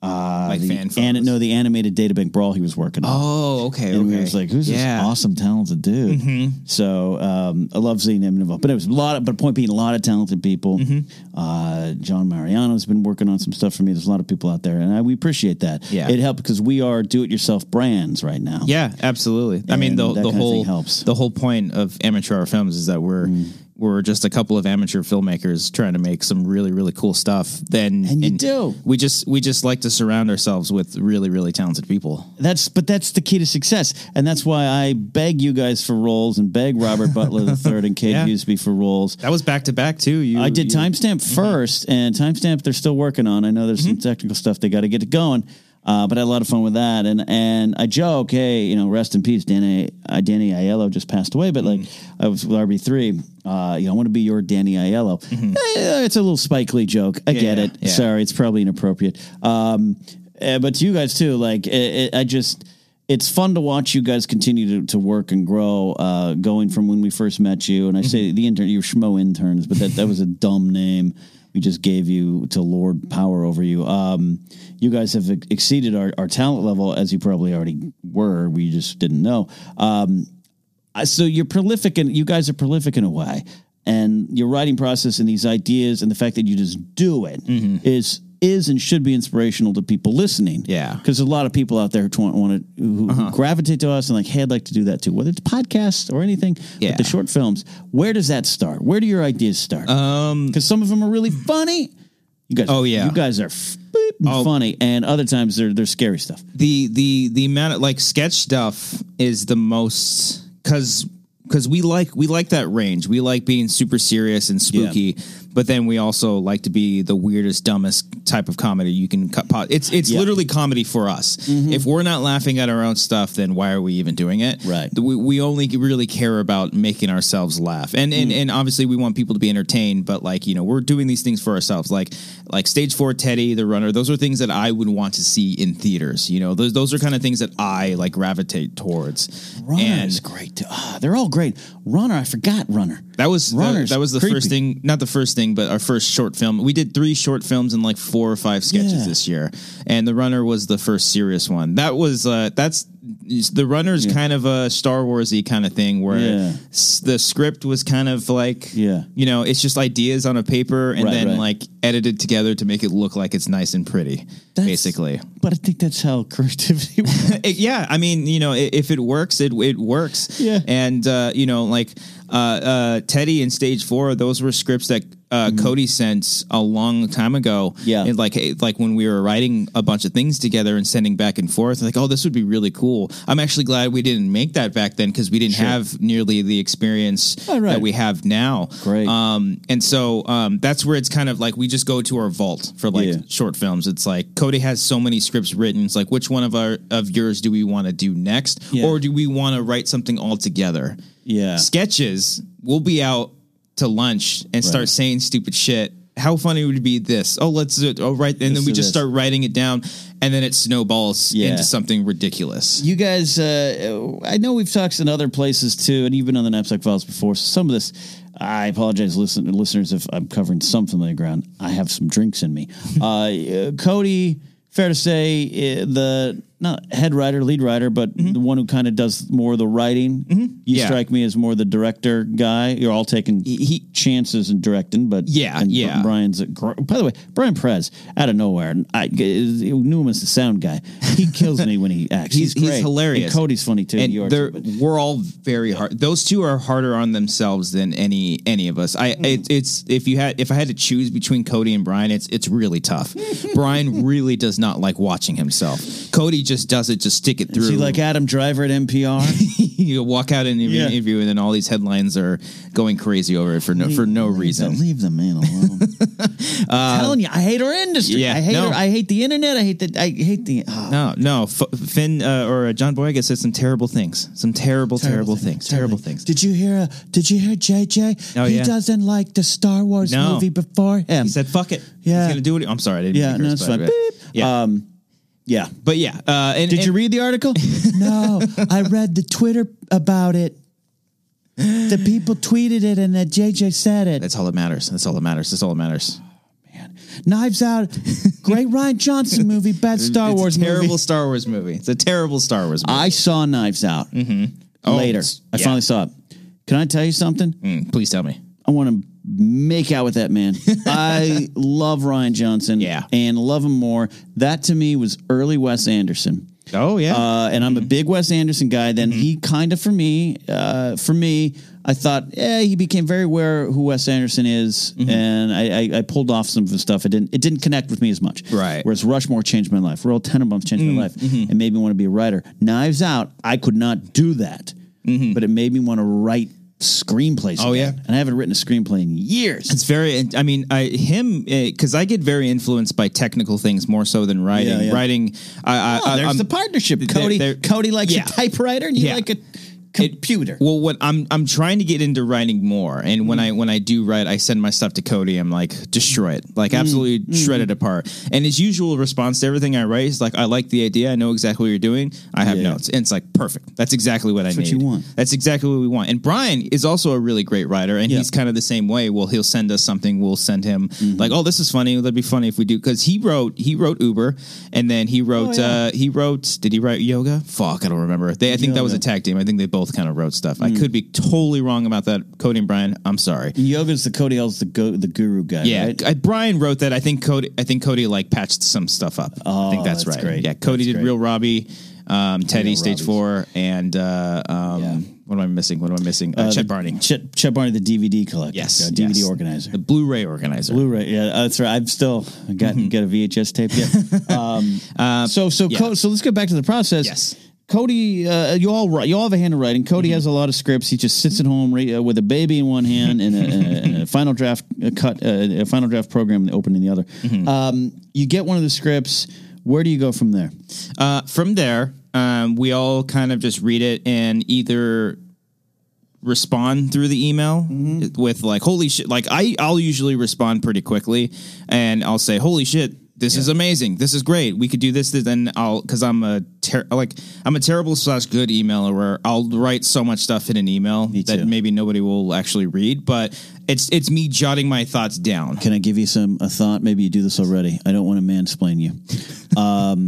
Speaker 1: uh,
Speaker 2: Like
Speaker 1: the
Speaker 2: fan
Speaker 1: and
Speaker 2: photos.
Speaker 1: no, the animated databank brawl he was working on.
Speaker 2: Oh, okay.
Speaker 1: And
Speaker 2: okay. Mm-hmm.
Speaker 1: we was like, "Who's this awesome, talented dude?" So um, I love seeing him involved. But it was a lot. Of, but point being, a lot of talented people.
Speaker 2: Mm-hmm.
Speaker 1: Uh, John Mariano's been working on some stuff for me. There's a lot of people out there, and I, we appreciate that.
Speaker 2: Yeah.
Speaker 1: it helped because we are do-it-yourself brands right now.
Speaker 2: Yeah, absolutely. I mean,
Speaker 1: And that
Speaker 2: the the
Speaker 1: kind of thing
Speaker 2: whole
Speaker 1: helps. Mm.
Speaker 2: the whole point of amateur hour films is that we're we're just a couple of amateur filmmakers trying to make some really really cool stuff. Then
Speaker 1: And you do.
Speaker 2: We just we just like to surround ourselves with really really talented people.
Speaker 1: That's but that's the key to success, and that's why I beg you guys for roles and beg Robert Butler III and Kate
Speaker 2: Yeah.
Speaker 1: Huseby for roles.
Speaker 2: That was back to back too. You,
Speaker 1: I did
Speaker 2: you- Mm-hmm.
Speaker 1: timestamp 1st and timestamp they're still working on. I know there's some technical stuff they got to get it going, uh, but I had a lot of fun with that. And and I joke, hey, you know, rest in peace, Danny. Uh, Danny Aiello just passed away, but like
Speaker 2: Mm-hmm.
Speaker 1: I was with RB three, uh, you know, I want to be your Danny Aiello. Eh, it's a little Spike Lee joke. I get
Speaker 2: Mm-hmm. yeah,
Speaker 1: it.
Speaker 2: yeah.
Speaker 1: Sorry, it's probably inappropriate. Um, eh, but to you guys too, like eh, eh, I just. It's fun to watch you guys continue to, to work and grow, uh, going from when we first met you. And I
Speaker 2: Mm-hmm.
Speaker 1: say the intern, you were Schmo interns, but that, that was a dumb name we just gave you to lord power over you. Um, you guys have ex- exceeded our, our talent level, as you probably already were. We just didn't know. Um, I- so you're prolific and you guys are prolific in a way and your writing process and these ideas and the fact that you just do it is
Speaker 2: Mm-hmm.
Speaker 1: is and should be inspirational to people listening
Speaker 2: Yeah. Uh-huh.
Speaker 1: because a lot of people out there who want, want to who, who gravitate to us and like hey i'd like to do that too whether it's podcasts or anything
Speaker 2: Yeah.
Speaker 1: but the short films where does that start where do your ideas start because some of them are really funny you guys
Speaker 2: Um, Oh, yeah. Oh.
Speaker 1: you guys are f- boop, funny and other times they're they're scary stuff
Speaker 2: the the the amount of like sketch stuff is the most because because we like we like that range we like being super serious and spooky But then we also like to be the weirdest, dumbest type of comedy you can cut. Po- it's it's
Speaker 1: Yeah. Mm-hmm.
Speaker 2: literally comedy for us. If we're not laughing at our own stuff, then why are we even doing it?
Speaker 1: Right.
Speaker 2: We, we only really care about making ourselves laugh, and and, and obviously we want people to be entertained. But like you know, we're doing these things for ourselves. Like like stage four, Teddy the Runner. Those are things that I would want to see in theaters. You know, those those are kind of things that I like gravitate towards.
Speaker 1: Runner
Speaker 2: and
Speaker 1: is great. Ah, they're all great. Runner, I forgot Runner.
Speaker 2: that was the,
Speaker 1: Runner's
Speaker 2: that was the
Speaker 1: creepy.
Speaker 2: first thing, not the first thing, but our first short film. We did three short films and like four or five sketches
Speaker 1: Yeah.
Speaker 2: this year, and the Runner was the first serious one. That was uh, that's the Runner's kind of a Star Warsy kind of thing where
Speaker 1: Yeah.
Speaker 2: s- the script was kind of like
Speaker 1: Yeah.
Speaker 2: you know, it's just ideas on a paper and
Speaker 1: Right,
Speaker 2: then
Speaker 1: right.
Speaker 2: like edited together to make it look like it's nice and pretty, basically.
Speaker 1: But I think that's how creativity works.
Speaker 2: It- yeah, I mean, you know, i- if it works, it it works.
Speaker 1: Yeah.
Speaker 2: and uh, you know, like uh, uh, Teddy and Stage Four, those were scripts that uh, Cody sent a long time ago.
Speaker 1: Mm-hmm. Yeah.
Speaker 2: and like hey, like when we were writing a bunch of things together and sending back and forth, like oh, this would be really cool. I'm actually glad we didn't make that back then because we didn't have nearly the experience
Speaker 1: Oh, right.
Speaker 2: that we have now.
Speaker 1: Great.
Speaker 2: Um, and so um, that's where it's kind of like we just go to our vault for like
Speaker 1: Yeah.
Speaker 2: short films. It's like Cody has so many scripts written. It's like which one of our of yours do we want to do next,
Speaker 1: Yeah.
Speaker 2: or do we want to write something all together?
Speaker 1: Yeah.
Speaker 2: sketches. We'll be out to lunch and start saying stupid shit. How funny would it be this? Oh, let's do it. Oh, right. And then
Speaker 1: Let's
Speaker 2: we
Speaker 1: do
Speaker 2: just
Speaker 1: this.
Speaker 2: start writing it down and then it snowballs
Speaker 1: Yeah.
Speaker 2: into something ridiculous.
Speaker 1: You guys, uh, I know we've talked in other places too, and even on the Knapsack Files before. So some of this, I apologize, listen, listeners, if I'm covering some familiar ground. I have some drinks in me. uh, uh, Cody, fair to say, uh, the not head writer, lead writer, but the one who kind of does more of the writing. You
Speaker 2: Mm-hmm. Yeah.
Speaker 1: strike me as more the director guy. You're all taking
Speaker 2: he-
Speaker 1: chances in directing, but
Speaker 2: Yeah,
Speaker 1: and
Speaker 2: yeah.
Speaker 1: Brian's a gr- by the way, Brian Perez out of nowhere. I uh, knew him as the sound guy. He kills me when he acts.
Speaker 2: He's- he's
Speaker 1: great.
Speaker 2: hilarious.
Speaker 1: And Cody's funny too.
Speaker 2: and
Speaker 1: you are
Speaker 2: they're
Speaker 1: too, but-
Speaker 2: we're all very hard. Those two are harder on themselves than any any of us.
Speaker 1: Hmm.
Speaker 2: I it, it's if you had if I had to choose between Cody and Brian, it's it's really tough. Brian really does not like watching himself. Cody just does it, just stick it through.
Speaker 1: is he like Adam Driver at NPR?
Speaker 2: you walk out in an
Speaker 1: Yeah.
Speaker 2: interview, and then all these headlines are going crazy over it for no for no reason. Um,
Speaker 1: Leave the man alone. I'm telling you, I hate our industry.
Speaker 2: yeah,
Speaker 1: I hate.
Speaker 2: no.
Speaker 1: Our, I hate the internet. I hate the. I hate the. ah.
Speaker 2: No, no. F- Finn uh, or uh, John Boyega said some terrible things. Some terrible, terrible, things. Terrible things.
Speaker 1: Did you hear? Uh, did you hear JJ?
Speaker 2: Oh,
Speaker 1: he
Speaker 2: yeah.
Speaker 1: doesn't like the Star Wars
Speaker 2: No.
Speaker 1: movie before him.
Speaker 2: He said, "Fuck it."
Speaker 1: Yeah.
Speaker 2: He's gonna do it. I'm sorry. I didn't
Speaker 1: yeah,
Speaker 2: mean to
Speaker 1: no,
Speaker 2: curse,
Speaker 1: it's
Speaker 2: by
Speaker 1: fine.
Speaker 2: the way.
Speaker 1: Beep.
Speaker 2: Yeah.
Speaker 1: Um, yeah.
Speaker 2: But yeah, uh, and,
Speaker 1: Did
Speaker 2: and-
Speaker 1: you read the article? no, I read the Twitter about it. The people tweeted it, and that JJ said it.
Speaker 2: That's all that matters. That's all that matters. That's all that matters.
Speaker 1: Knives Out, great Ryan Johnson movie, bad Star
Speaker 2: It's
Speaker 1: Wars
Speaker 2: a terrible
Speaker 1: movie.
Speaker 2: Star Wars movie. It's a terrible Star Wars movie.
Speaker 1: I saw Knives Out later.
Speaker 2: Mm-hmm. Oh, it's-
Speaker 1: I
Speaker 2: yeah.
Speaker 1: finally saw it. Can I tell you something?
Speaker 2: Mm, please tell me.
Speaker 1: I want to make out with that man. I love Ryan Johnson.
Speaker 2: Yeah.
Speaker 1: and love him more. That to me was early Wes Anderson.
Speaker 2: Oh yeah.
Speaker 1: uh, and I'm a big Wes Anderson guy. Then he
Speaker 2: Mm-hmm.
Speaker 1: kind of for me, uh, for me, I thought, eh, he became very aware who Wes Anderson is,
Speaker 2: Mm-hmm.
Speaker 1: and I, I, I pulled off some of his stuff. It didn't, it didn't connect with me as much.
Speaker 2: Right. Mm-hmm.
Speaker 1: Whereas Rushmore changed my life. Royal Tenenbaums changed my life, and made me want to be a writer. Knives Out, I could not do that, but it made me want to write screenplays.
Speaker 2: Mm-hmm. Oh,
Speaker 1: again.
Speaker 2: yeah?
Speaker 1: and I haven't written a screenplay in years.
Speaker 2: it's very. I mean, I him because I get very influenced by technical things more so than writing.
Speaker 1: Yeah, yeah.
Speaker 2: Writing. I,
Speaker 1: Oh,
Speaker 2: I,
Speaker 1: there's
Speaker 2: I'm-
Speaker 1: the partnership,
Speaker 2: They're-
Speaker 1: Cody.
Speaker 2: they're-
Speaker 1: Cody likes
Speaker 2: um, Yeah.
Speaker 1: a typewriter, and you
Speaker 2: Yeah.
Speaker 1: like a computer.
Speaker 2: Well, what I'm I'm trying to get into writing more, and
Speaker 1: Mm.
Speaker 2: when I when I do write, I send my stuff to Cody. I'm like, destroy it, like
Speaker 1: Mm.
Speaker 2: absolutely shred it apart. And his usual response to everything I write is like, I like the idea, I know exactly what you're doing, I have
Speaker 1: Yeah.
Speaker 2: notes, and it's like perfect. That's exactly what I
Speaker 1: what
Speaker 2: need.
Speaker 1: you want.
Speaker 2: That's exactly what we want. And Brian is also a really great writer, and
Speaker 1: Yeah. Mm-hmm.
Speaker 2: he's kind of the same way. Well, he'll send us something, we'll send him like, oh, this is funny. That'd be funny if we do because he wrote he wrote Uber, and then he wrote
Speaker 1: Oh, yeah.
Speaker 2: uh, he wrote did he write Yoga? Fuck, I don't remember. They I think that was a
Speaker 1: Yoga. Mm.
Speaker 2: tag team. I think they both kind of wrote stuff. I could be totally wrong about that. Cody and Brian, I'm sorry.
Speaker 1: Yoga's the Cody L's the go the guru guy,
Speaker 2: Yeah,
Speaker 1: right?
Speaker 2: I, Brian wrote that. I think Cody. I think Cody like patched some stuff up. I think that's,
Speaker 1: Oh, that's
Speaker 2: right.
Speaker 1: great.
Speaker 2: Yeah, Cody
Speaker 1: That's
Speaker 2: did
Speaker 1: great.
Speaker 2: Real Robbie, um, Teddy
Speaker 1: Real
Speaker 2: Stage
Speaker 1: Robbies.
Speaker 2: Four, and uh, um,
Speaker 1: Yeah.
Speaker 2: what am I missing? What am I missing? Uh, Chet Barney.
Speaker 1: Chet, Chet Barney, the DVD collector,
Speaker 2: Yes,
Speaker 1: uh, DVD
Speaker 2: yes.
Speaker 1: organizer,
Speaker 2: The Blu-ray organizer.
Speaker 1: Blu-ray. Yeah, that's right. I've still got got a VHS tape yet. Um, so so
Speaker 2: Mm-hmm. Uh, yeah.
Speaker 1: Co- so let's go back to the process.
Speaker 2: Yes. Mm-hmm.
Speaker 1: Cody, uh, you all write- you all have a hand in writing. Cody has a lot of scripts. He just sits at home re- uh, with a baby in one hand and a, and a final draft uh, cut, uh, a final draft program and open in the other.
Speaker 2: Mm-hmm.
Speaker 1: Um, you get one of the scripts. Where do you go from there?
Speaker 2: Uh, from there, um, we all kind of just read it and either respond through the email with like holy shit like I I'll usually respond pretty quickly and I'll say holy shit this is amazing this is great we could do this this and I'll cuz I'm a ter- like I'm a terrible slash good emailer where I'll write so much stuff in an email
Speaker 1: too.
Speaker 2: that maybe nobody will actually read but it's it's me jotting my thoughts down
Speaker 1: Can I give you some a thought? Maybe you do this already. I don't want to mansplain you. Um,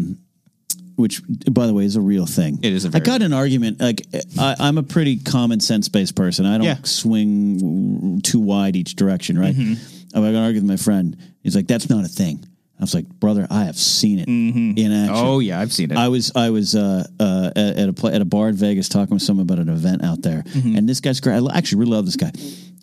Speaker 1: which, by the way, is a real thing.
Speaker 2: It is a
Speaker 1: I
Speaker 2: very-
Speaker 1: got in an argument. Like I, I'm a pretty common sense based person. I don't
Speaker 2: Yeah.
Speaker 1: swing too wide each direction. Right.
Speaker 2: Mm-hmm.
Speaker 1: I got in an argument with my friend. He's like, "That's not a thing." I was like, "Brother, I have seen it in action."
Speaker 2: oh yeah I've seen it
Speaker 1: I was I was uh, uh, at at a pla at a bar in Vegas talking with someone about an event out there, and this guy's great. I lo- actually really love this guy,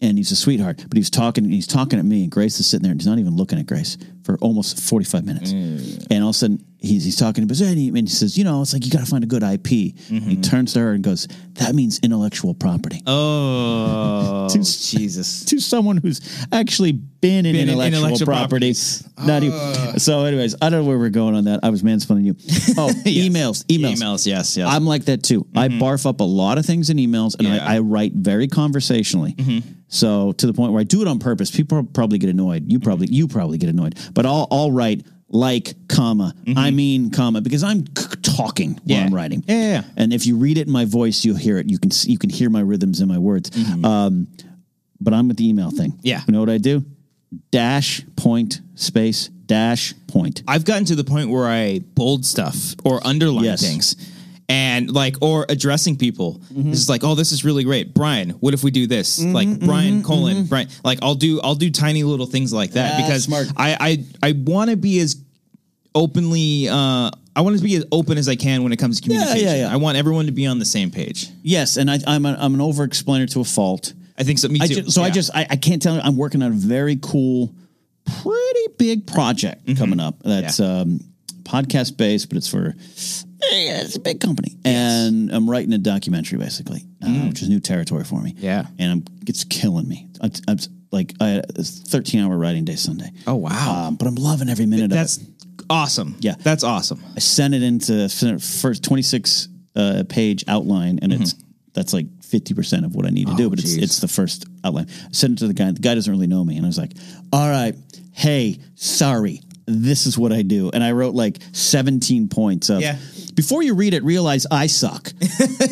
Speaker 1: and he's a sweetheart. But he was talking, he's talking at me, and Grace is sitting there, and he's not even looking at Grace for almost forty five minutes. And all of a sudden, he's he's talking, but and he, and he says, you know, it's like you got to find a good IP. He turns to her and goes, that means intellectual property
Speaker 2: oh Jesus
Speaker 1: to someone who's actually been in
Speaker 2: Been in
Speaker 1: intellectual,
Speaker 2: intellectual
Speaker 1: property. Not even, so, anyways, I don't know where we're going on that. I was mansplaining you. Oh, emails, emails,
Speaker 2: Emails, yes, yes.
Speaker 1: I'm like that too. I barf up a lot of things in emails, and
Speaker 2: Mm-hmm. Yeah. Mm-hmm.
Speaker 1: I, I write very conversationally. So to the point where I do it on purpose. People probably get annoyed.
Speaker 2: Mm-hmm.
Speaker 1: You probably you probably get annoyed. But I'll I'll write like comma I mean comma because I'm c- talking while
Speaker 2: Mm-hmm. Yeah.
Speaker 1: I'm writing.
Speaker 2: Yeah, yeah, yeah.
Speaker 1: And if you read it in my voice, you'll hear it. You can s- you can hear my rhythms in my words. Um, but I'm with the email thing.
Speaker 2: Mm-hmm. Yeah.
Speaker 1: You know what I do? Dash point space dash point.
Speaker 2: I've gotten to the point where I bold stuff or underline
Speaker 1: Yes.
Speaker 2: things and like or addressing people.
Speaker 1: Mm-hmm.
Speaker 2: This is like, oh, this is really great. Brian, what if we do this? like Brian
Speaker 1: mm-hmm.
Speaker 2: colon Brian. Like I'll do I'll do tiny little things like that
Speaker 1: Ah,
Speaker 2: because
Speaker 1: smart.
Speaker 2: I I I want to be as openly uh I want to be as open as I can when it comes to
Speaker 1: yeah,
Speaker 2: communication.
Speaker 1: yeah.
Speaker 2: I want everyone to be on the same page.
Speaker 1: Yes, and I, I'm, a, I'm an over explainer to a fault.
Speaker 2: I think so. Me too.
Speaker 1: I ju- so I
Speaker 2: Yeah.
Speaker 1: just I, I can't tell you I'm working on a very cool, pretty big project
Speaker 2: Mm-hmm.
Speaker 1: coming up. That's um, podcast based, but it's for yeah, it's a big company, and I'm writing a documentary basically, uh, which is new territory for me.
Speaker 2: Mm. Yeah.
Speaker 1: and I'm it's killing me. I, I'm s- like I had a 13 hour writing day Sunday.
Speaker 2: Oh, wow.
Speaker 1: Um, but I'm loving every minute of it.
Speaker 2: that's awesome.
Speaker 1: Yeah.
Speaker 2: That's awesome.
Speaker 1: I sent it into f- first 26 uh, page outline, and it's
Speaker 2: Mm-hmm.
Speaker 1: that's like 50% of what I need to do, but it's,
Speaker 2: geez.
Speaker 1: it's the first outline. I sent it to the guy. The guy doesn't really know me. And I was like, all right, hey, sorry. This is what I do. And I wrote like 17 points of
Speaker 2: Yeah.
Speaker 1: before you read it, realize I suck.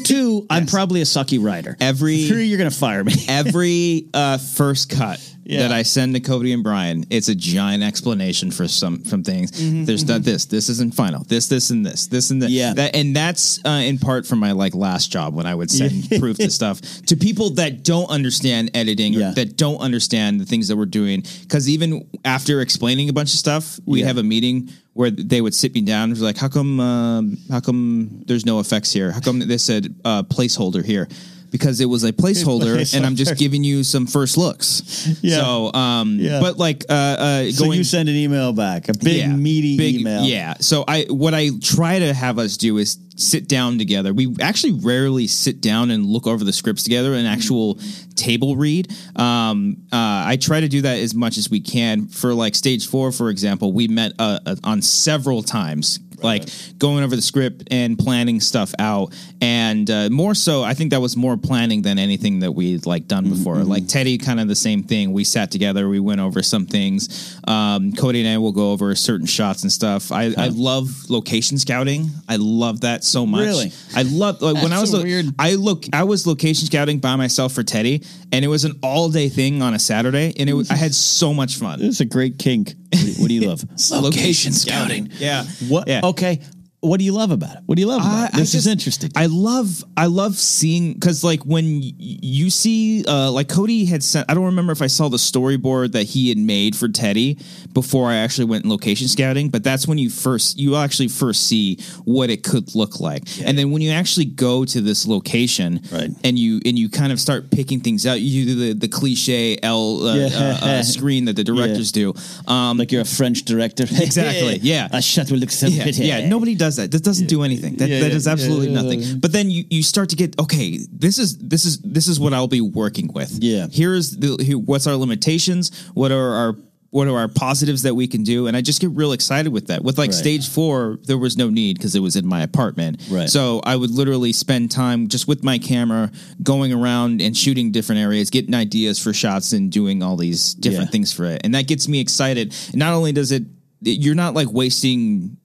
Speaker 1: Two, I'm probably a sucky writer.
Speaker 2: Every-
Speaker 1: Three, you're going to fire me.
Speaker 2: every uh, first cut
Speaker 1: Yeah.
Speaker 2: that I send to Cody and Brian, it's a giant explanation for some from things. There's not this. This isn't final. This, this, and this. This and that.
Speaker 1: Mm-hmm, Yeah.
Speaker 2: That, and that's uh, in part from my like last job when I would send proof to stuff to people that don't understand editing
Speaker 1: Yeah.
Speaker 2: or that don't understand the things that we're doing. Because even after explaining a bunch of stuff, we'd
Speaker 1: Yeah.
Speaker 2: have a meeting. Where they would sit me down and be like, "How come? Um, how come there's no effects here? How come they said uh, placeholder here? Because it was a placeholder, and I'm just giving you some first looks.
Speaker 1: Yeah.
Speaker 2: So, um,
Speaker 1: Yeah.
Speaker 2: but like uh, uh, going
Speaker 1: so you send an email back, a big
Speaker 2: yeah,
Speaker 1: meaty
Speaker 2: big-
Speaker 1: email.
Speaker 2: Yeah. So I what I try to have us do is sit down together. We actually rarely sit down and look over the scripts together,
Speaker 1: Mm-hmm.
Speaker 2: an actual table read. Um, uh, I try to do that as much as we can. For like stage four, for example, we met uh, uh, on several times. Like going over the script and planning stuff out, and uh, more so, I think that was more planning than anything that we'd like
Speaker 1: Mm-hmm,
Speaker 2: done before. Like Teddy, kind of the same thing. We sat together, we went over some things. Um, Cody and I will go over certain shots and stuff. I, I love location scouting. I love that so much.
Speaker 1: Really?
Speaker 2: I love like when I
Speaker 1: That's
Speaker 2: was
Speaker 1: a
Speaker 2: lo-
Speaker 1: weird-
Speaker 2: I look I was location scouting by myself for Teddy, and it was an all day thing on a Saturday, and it was, I had so much fun.
Speaker 1: This is a great kink. What do you, what do you love?
Speaker 2: Yeah.
Speaker 1: What?
Speaker 2: Yeah.
Speaker 1: Okay. What do you love about it? What do you love about
Speaker 2: I-
Speaker 1: it?
Speaker 2: I
Speaker 1: This is
Speaker 2: just-
Speaker 1: interesting.
Speaker 2: I love I love seeing because like when y- you see uh, like Cody had sent I don't remember if I saw the storyboard that he had made for Teddy before I actually went location scouting, but that's when you first you actually first see what it could look like, and then when you actually go to this location
Speaker 1: Right.
Speaker 2: and you and you kind of start picking things out, you do the the cliche L uh,
Speaker 1: Yeah.
Speaker 2: uh, uh, screen that the directors do. Um,
Speaker 1: like you're a French director.
Speaker 2: Exactly, yeah.
Speaker 1: A shot will look so
Speaker 2: yeah,
Speaker 1: pretty.
Speaker 2: yeah, nobody does that? That doesn't do anything. That,
Speaker 1: Yeah,
Speaker 2: that
Speaker 1: yeah,
Speaker 2: does
Speaker 1: yeah,
Speaker 2: absolutely
Speaker 1: yeah,
Speaker 2: nothing.
Speaker 1: yeah.
Speaker 2: But then you, you start to get okay. This is this is this is what I'll be working with.
Speaker 1: Yeah.
Speaker 2: Here's the here, what's our limitations. What are our what are our positives that we can do? And I just get real excited with that. With like
Speaker 1: Right.
Speaker 2: stage four, there was no need because it was in my apartment.
Speaker 1: Right.
Speaker 2: So I would literally spend time just with my camera going around and shooting different areas, getting ideas for shots and doing all these different
Speaker 1: Yeah.
Speaker 2: things for it. And that gets me excited. Not only does it, you're not like wasting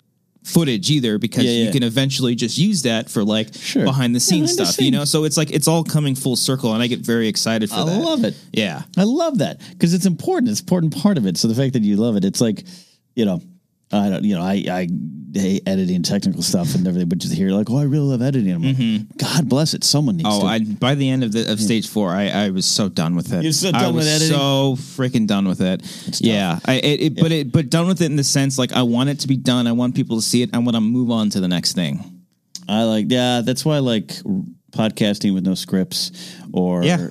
Speaker 2: footage either because
Speaker 1: Yeah, yeah.
Speaker 2: you can eventually just use that for like
Speaker 1: Sure.
Speaker 2: behind the scenes
Speaker 1: Behind the
Speaker 2: stuff, you know? So it's like, it's all coming full circle and I get very excited for
Speaker 1: I
Speaker 2: that.
Speaker 1: love it.
Speaker 2: Yeah.
Speaker 1: I love that because it's important. It's an important part of it. So the fact that you love it, it's like, you know, I don't, you know, I, I hate editing technical stuff and everything, but just hear like, oh, I really love editing. I'm like, God bless it. Someone needs
Speaker 2: Oh,
Speaker 1: to.
Speaker 2: I, by the end of the of stage four, I, I was so done with it.
Speaker 1: You're so
Speaker 2: I
Speaker 1: done with
Speaker 2: was
Speaker 1: editing?
Speaker 2: So freaking done with it. yeah, I, it, it, but it but done with it in the sense like I want it to be done. I want people to see it. I want to move on to the next thing.
Speaker 1: I like, yeah, that's why I like r- podcasting with no scripts or
Speaker 2: Yeah. Hmm.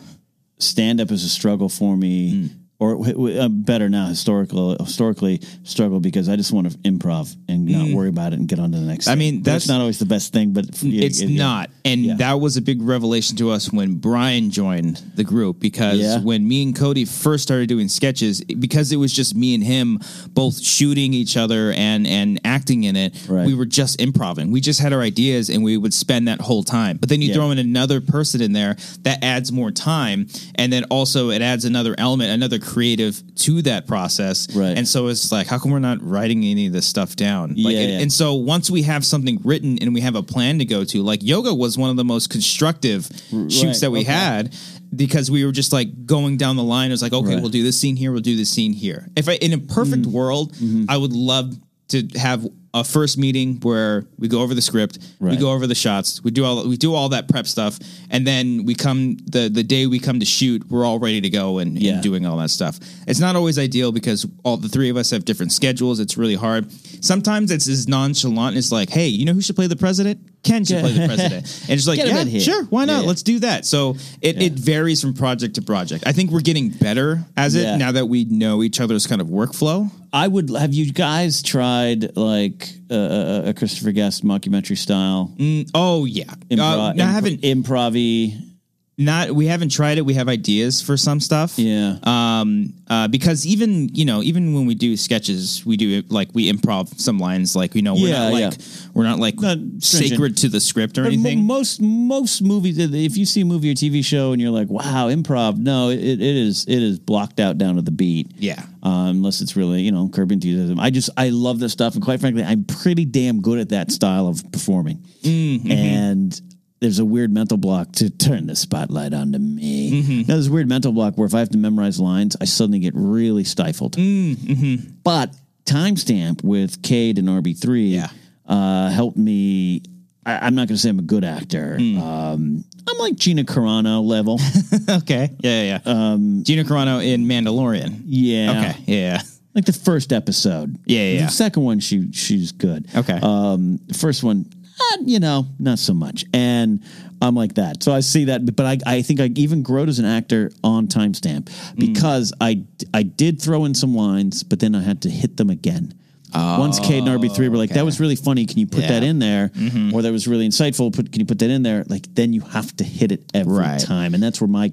Speaker 1: stand up is a struggle for me. Or w- w- uh, better now, historical historically struggle because I just want to improv and not worry about it and get on to the next.
Speaker 2: Hmm. I
Speaker 1: thing.
Speaker 2: mean,
Speaker 1: But
Speaker 2: that's-
Speaker 1: it's not always the best thing, but f- yeah,
Speaker 2: it's
Speaker 1: yeah, yeah.
Speaker 2: not, and
Speaker 1: Yeah.
Speaker 2: that was a big revelation to us when Brian joined the group because
Speaker 1: Yeah.
Speaker 2: when me and Cody first started doing sketches, it- because it was just me and him both shooting each other and and acting in it,
Speaker 1: Right.
Speaker 2: we were just improvising. We just had our ideas and we would spend that whole time. But then you
Speaker 1: Yeah.
Speaker 2: throw in another person in there that adds more time, and then also it adds another element, another creative to that process.
Speaker 1: Right.
Speaker 2: And so it's like, how come we're not writing any of this stuff down? Like,
Speaker 1: Yeah,
Speaker 2: and-
Speaker 1: yeah.
Speaker 2: and so once we have something written and we have a plan to go to, like yoga was one of the most constructive shoots that we
Speaker 1: okay.
Speaker 2: had because we were just like going down the line. It was like, okay,
Speaker 1: Right. Mm-hmm.
Speaker 2: we'll do this scene here, we'll do this scene here. If I in a perfect world, I would love to have a first meeting where we go over the script, we
Speaker 1: Right.
Speaker 2: go over the shots, we do all we do all that prep stuff, and then we come the the day we come to shoot, we're all ready to go and,
Speaker 1: Yeah.
Speaker 2: and doing all that stuff. It's not always ideal because all the three of us have different schedules. It's really hard. Sometimes it's as nonchalant as like, hey, you know who should play the president? Ken should play the president. And it's like,
Speaker 1: Get him
Speaker 2: yeah,
Speaker 1: in here.
Speaker 2: sure, why not?
Speaker 1: Yeah.
Speaker 2: Let's do that. So it, it varies from project to project. I think we're getting better as
Speaker 1: Yeah.
Speaker 2: it now that we know each other's kind of workflow.
Speaker 1: I would have you guys tried like uh, a, a Christopher Guest mockumentary style
Speaker 2: Oh yeah. Uh,
Speaker 1: improv.
Speaker 2: no, I
Speaker 1: imp-
Speaker 2: haven't
Speaker 1: improv-y.
Speaker 2: not we haven't tried it. We have ideas for some stuff.
Speaker 1: Yeah,
Speaker 2: um uh because even you know even when we do sketches we do like we improv some lines like you know we're
Speaker 1: Yeah,
Speaker 2: not like we're not like
Speaker 1: Not stringent.
Speaker 2: sacred to the script or
Speaker 1: But mo-
Speaker 2: anything
Speaker 1: most most movies, if you see a movie or TV show and you're like, "Wow, improv," no, it, it is it is blocked out down to the beat.
Speaker 2: Yeah.
Speaker 1: uh, unless it's really you know curb enthusiasm. I just I love this stuff, and quite frankly, I'm pretty damn good at that style of performing.
Speaker 2: Mm-hmm.
Speaker 1: And there's a weird mental block to turn the spotlight onto me.
Speaker 2: Mm-hmm.
Speaker 1: Now there's a weird mental block where if I have to memorize lines, I suddenly get really stifled.
Speaker 2: Mm-hmm.
Speaker 1: But timestamp with Cade and RB3
Speaker 2: Yeah.
Speaker 1: uh, helped me. I, I'm not going to say I'm a good actor.
Speaker 2: Mm.
Speaker 1: Um, I'm like Gina Carano level.
Speaker 2: okay yeah yeah, yeah. um gina carano in mandalorian
Speaker 1: yeah.
Speaker 2: okay yeah
Speaker 1: Like the first episode.
Speaker 2: Yeah, yeah, yeah.
Speaker 1: The second one, she she's good.
Speaker 2: okay
Speaker 1: Um, the first one, uh, you know, not so much. And I'm like that. So I see that, but I, I think I even growed as an actor on timestamp
Speaker 2: Hmm.
Speaker 1: because I, I did throw in some lines, but then I had to hit them again. Once Cade and RB3
Speaker 2: Oh,
Speaker 1: were like, that was really funny. Can you put that in there?
Speaker 2: Mm-hmm.
Speaker 1: Or that was really insightful. Put, can you put that in there? Like, then you have to hit it every
Speaker 2: Right.
Speaker 1: time. And that's where my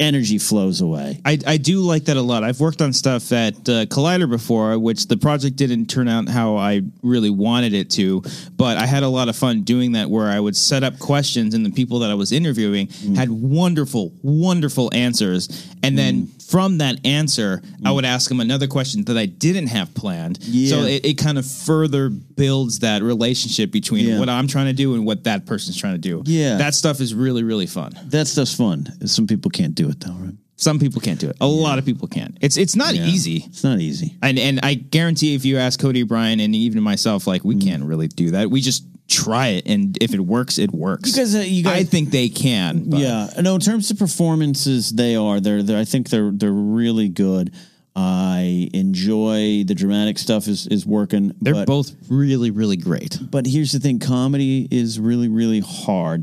Speaker 1: energy flows away.
Speaker 2: I, I do like that a lot. I've worked on stuff at uh, Collider before, which the project didn't turn out how I really wanted it to, but I had a lot of fun doing that where I would set up questions and the people that I was interviewing
Speaker 1: Mm.
Speaker 2: had wonderful, wonderful answers. And then
Speaker 1: Mm.
Speaker 2: from that answer, I would ask them another question that I didn't have planned. So
Speaker 1: Yeah.
Speaker 2: it, it kind of further builds that relationship between
Speaker 1: Yeah.
Speaker 2: what I'm trying to do and what that person's trying to do.
Speaker 1: Yeah.
Speaker 2: That stuff is really, really fun
Speaker 1: That stuff's fun. Some people can't do it though, right?
Speaker 2: some people can't do it. A lot of people can't. It's it's not easy.
Speaker 1: It's not easy.
Speaker 2: And and I guarantee if you ask Cody Bryan and even myself, like
Speaker 1: Mm.
Speaker 2: we can't really do that. We just try it, and if it works, it works.
Speaker 1: guys, uh, you guys-
Speaker 2: I think they can. But.
Speaker 1: Yeah, no. In terms of performances, they are. They're. they're I think they're. They're really good. I enjoy the dramatic stuff. Is is working.
Speaker 2: they're
Speaker 1: but,
Speaker 2: both really really great.
Speaker 1: But here's the thing: comedy is really really hard,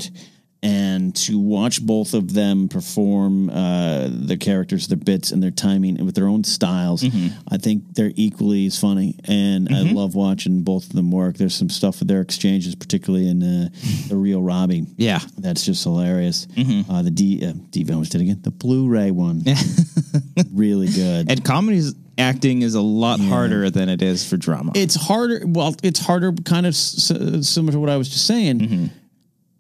Speaker 1: and to watch both of them perform uh, their characters, their bits, and their timing and with their own styles,
Speaker 2: Mm-hmm.
Speaker 1: I think they're equally as funny. And I love watching both of them work. There's some stuff with their exchanges, particularly in uh, the real Robbie.
Speaker 2: Yeah.
Speaker 1: That's just hilarious. Uh, the D, uh, D Valens did it again. The Blu-ray one, really good.
Speaker 2: And comedy's acting is a lot harder than it is for drama.
Speaker 1: it's harder. Well, it's harder, kind of s- s- similar to what I was just saying.
Speaker 2: Mm-hmm.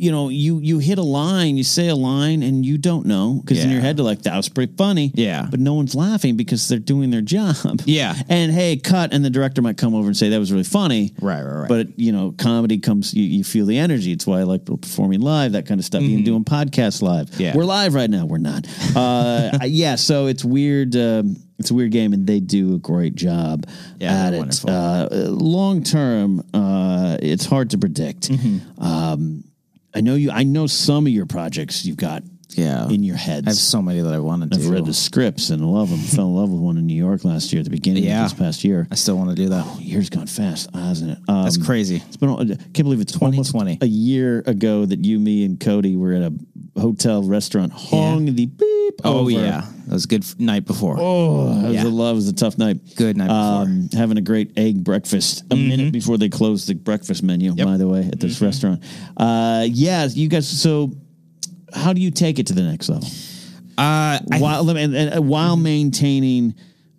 Speaker 1: You know, you you hit a line, you say a line, and you don't know because in
Speaker 2: Yeah.
Speaker 1: your head they're like, "That was pretty funny."
Speaker 2: Yeah.
Speaker 1: but no one's laughing because they're doing their job.
Speaker 2: Yeah.
Speaker 1: and hey, cut, and the director might come over and say, "That was really funny."
Speaker 2: Right, right, right.
Speaker 1: But you know, comedy comes. You, you feel the energy. It's why I like performing live, that kind of stuff. Even doing podcasts live.
Speaker 2: Mm-hmm. Yeah.
Speaker 1: we're live right now. We're not. Uh, yeah, so it's weird. Um, it's a weird game, and they do a great job
Speaker 2: Yeah,
Speaker 1: at
Speaker 2: they're
Speaker 1: it.
Speaker 2: wonderful.
Speaker 1: Uh, long term, uh, it's hard to predict.
Speaker 2: Mm-hmm.
Speaker 1: Um, I know you. I know some of your projects you've got
Speaker 2: yeah.
Speaker 1: in your heads.
Speaker 2: I have so many that I wanted to.
Speaker 1: I've read the scripts and love them. Fell in love with one in New York last year at the beginning
Speaker 2: Yeah.
Speaker 1: of this past year.
Speaker 2: I still want to do that.
Speaker 1: Year's gone fast, hasn't it? Um,
Speaker 2: That's crazy.
Speaker 1: it's been. I can't believe it's almost
Speaker 2: 2020.
Speaker 1: a year ago that you, me, and Cody were at a hotel restaurant. Hung the beep.
Speaker 2: Oh
Speaker 1: over.
Speaker 2: yeah, that was a good f- night before.
Speaker 1: Oh, it was
Speaker 2: Yeah.
Speaker 1: a love. It was a tough night.
Speaker 2: Good night before. Mm-hmm.
Speaker 1: Um, having a great egg breakfast a minute before they closed the breakfast menu. By the way, at this restaurant. Uh, yeah, you guys. So, how do you take it to the next level
Speaker 2: Uh, I- Mm-hmm.
Speaker 1: while let me- and, and, uh, while maintaining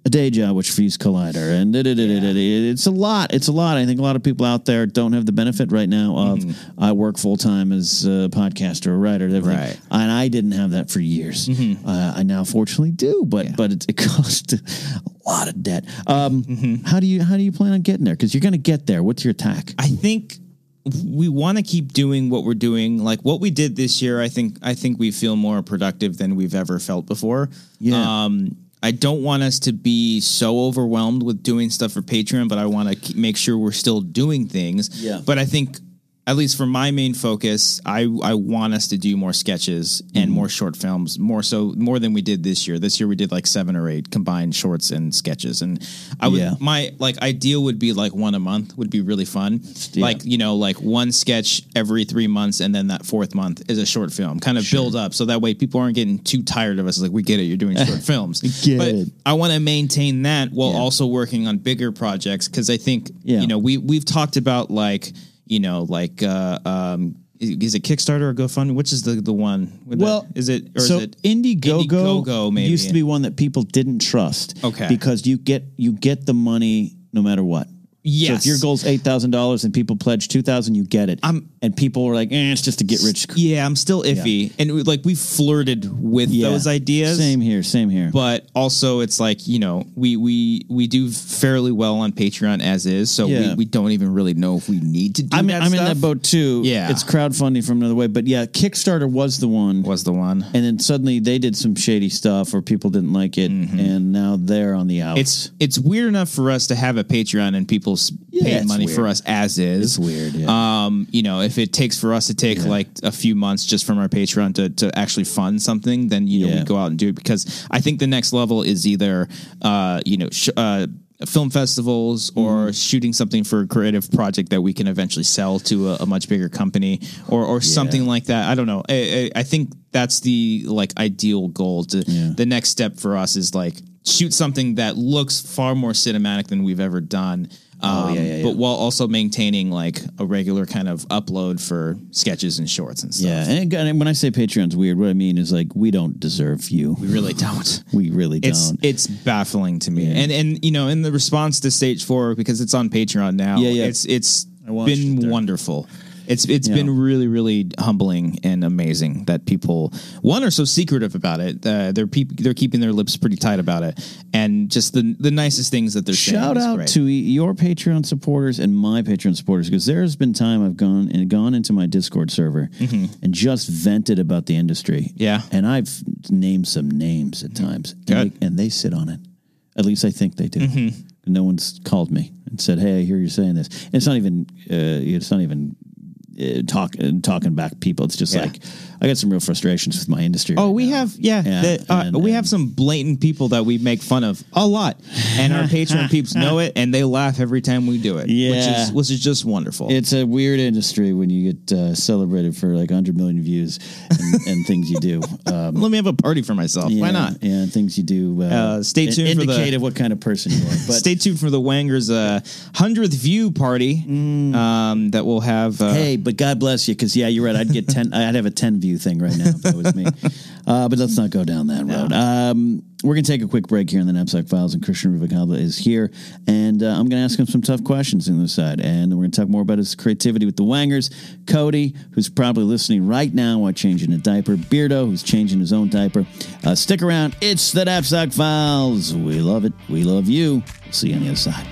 Speaker 1: a day job, which fees Collider, and da- da- da- da- da- da- it's a lot. It's a lot. I think a lot of people out there don't have the benefit right now of I work full time as a podcaster, a writer, and everything.
Speaker 2: Mm-hmm. Right. Mm-hmm.
Speaker 1: And I didn't have that for years. Uh, I now fortunately do, but but it, it cost a lot of debt. Um,
Speaker 2: Mm-hmm.
Speaker 1: How do you how do you plan on getting there? Because you're going to get there. What's your attack?
Speaker 2: I think we want to keep doing what we're doing. Like what we did this year, I think I think we feel more productive than we've ever felt before.
Speaker 1: Yeah.
Speaker 2: Um, I don't want us to be so overwhelmed with doing stuff for Patreon, but I want to keep, make sure we're still doing things.
Speaker 1: Yeah.
Speaker 2: But I think, at least for my main focus, I I want us to do more sketches
Speaker 1: Mm-hmm.
Speaker 2: and more short films, more so more than we did this year. This year we did like seven or eight combined shorts and sketches, and I would
Speaker 1: Yeah.
Speaker 2: my like ideal would be like one a month would be really fun. Like you know, like one sketch every three months, and then that fourth month is a short film. Kind of build up so that way people aren't getting too tired of us. Like we get it, you're doing short films.
Speaker 1: get
Speaker 2: but
Speaker 1: it.
Speaker 2: I want to maintain that while also working on bigger projects because I think
Speaker 1: Yeah.
Speaker 2: you know we we've talked about like you know like uh, um, is is it Kickstarter or GoFundMe? Which is the the one? with the-
Speaker 1: Well,
Speaker 2: is it or
Speaker 1: so
Speaker 2: is it
Speaker 1: Indiegogo,
Speaker 2: Indiegogo maybe
Speaker 1: used to be one that people didn't trust.
Speaker 2: Okay.
Speaker 1: because you get you get the money no matter what. So if
Speaker 2: Yes.
Speaker 1: your goal's eight thousand dollars and people pledge two thousand, you get it.
Speaker 2: I'm-
Speaker 1: and people were like, eh, "It's just a get rich."
Speaker 2: Yeah, I'm still iffy, and we- like we flirted with
Speaker 1: Yeah.
Speaker 2: those ideas.
Speaker 1: Same here. Same here.
Speaker 2: but also it's like you know we we we do fairly well on patreon as is so
Speaker 1: Yeah.
Speaker 2: we, we don't even really know if we need to do
Speaker 1: I'm,
Speaker 2: that
Speaker 1: I'm in
Speaker 2: stuff.
Speaker 1: that boat too.
Speaker 2: Yeah.
Speaker 1: it's crowdfunding from another way, but yeah, Kickstarter was the one.
Speaker 2: was the one
Speaker 1: And then suddenly they did some shady stuff, or people didn't like it, and now they're on the outs.
Speaker 2: Mm-hmm. it's it's weird enough for us to have a patreon and people s pay
Speaker 1: it's
Speaker 2: money for
Speaker 1: weird.
Speaker 2: us as is
Speaker 1: weird. Yeah.
Speaker 2: um you know if it takes for us to take like a few months just from our patreon to, to actually fund something then you know
Speaker 1: Yeah.
Speaker 2: we go out and do it because i think the next level is either uh you know sh- uh film festivals
Speaker 1: Mm-hmm.
Speaker 2: or shooting something for a creative project that we can eventually sell to a, a much bigger company or or something like that i don't know I, I, I think that's the like ideal goal to the next step for us is like shoot something that looks far more cinematic than we've ever done um,
Speaker 1: Oh, yeah, yeah,
Speaker 2: but while also maintaining like a regular kind of upload for sketches and shorts and stuff.
Speaker 1: yeah, and again, and when I say Patreon's weird, what I mean is like we don't deserve you.
Speaker 2: We really don't.
Speaker 1: We really
Speaker 2: It's
Speaker 1: don't.
Speaker 2: it's baffling to me. And and you know, in the response to stage four, because it's on Patreon now,
Speaker 1: Yeah, yeah.
Speaker 2: it's it's
Speaker 1: watched it
Speaker 2: been
Speaker 1: there.
Speaker 2: wonderful. It's it's been really, really humbling and amazing that people one are so secretive about it. Uh, they're peop- they're keeping their lips pretty tight about it, and just the the nicest things that they're saying.
Speaker 1: Shout
Speaker 2: is
Speaker 1: out
Speaker 2: great.
Speaker 1: to your Patreon supporters and my Patreon supporters because there's been time I've gone and gone into my Discord server and just vented about the industry.
Speaker 2: Mm-hmm. Yeah.
Speaker 1: and I've named some names at times, and
Speaker 2: Good. Mm-hmm.
Speaker 1: they, and they sit on it. At least I think they do. No one's called me and said, "Hey, I hear you're saying this." And it's not even. Uh, it's not even uh, talk uh, talking back people. It's just
Speaker 2: Yeah.
Speaker 1: like I got some real frustrations with my industry.
Speaker 2: Oh,
Speaker 1: right
Speaker 2: we
Speaker 1: now.
Speaker 2: have yeah.
Speaker 1: Yeah,
Speaker 2: that, uh,
Speaker 1: and-
Speaker 2: we
Speaker 1: and-
Speaker 2: have some blatant people that we make fun of a lot, and our Patreon peeps know it, and they laugh every time we do it.
Speaker 1: Yeah.
Speaker 2: which is, which is just wonderful.
Speaker 1: It's a weird industry when you get uh, celebrated for like 100 million views and, and things you do. Um,
Speaker 2: Let me have a party for myself. Why
Speaker 1: yeah,
Speaker 2: not?
Speaker 1: Yeah, things you do. Uh,
Speaker 2: Uh, stay
Speaker 1: in-
Speaker 2: tuned for the-
Speaker 1: Indicate of what kind of person you are. But
Speaker 2: Stay tuned for the Wangers uh, 100th view party um, that we'll have. Uh,
Speaker 1: Mm. Hey, but God bless you, because yeah, you're right. I'd get ten. I'd have a ten view thing right now if that was me. Uh, but let's not go down that road. Um, we're gonna take a quick break here in the Knapsack Files, and Christian Rubicaba is here, and uh, I'm gonna ask him some tough questions on the side, and then we're gonna talk more about his creativity with the Wangers, Cody, who's probably listening right now while changing a diaper, Beardo, who's changing his own diaper. Uh, stick around. It's the Knapsack Files. We love it. We love you. See you on the other side.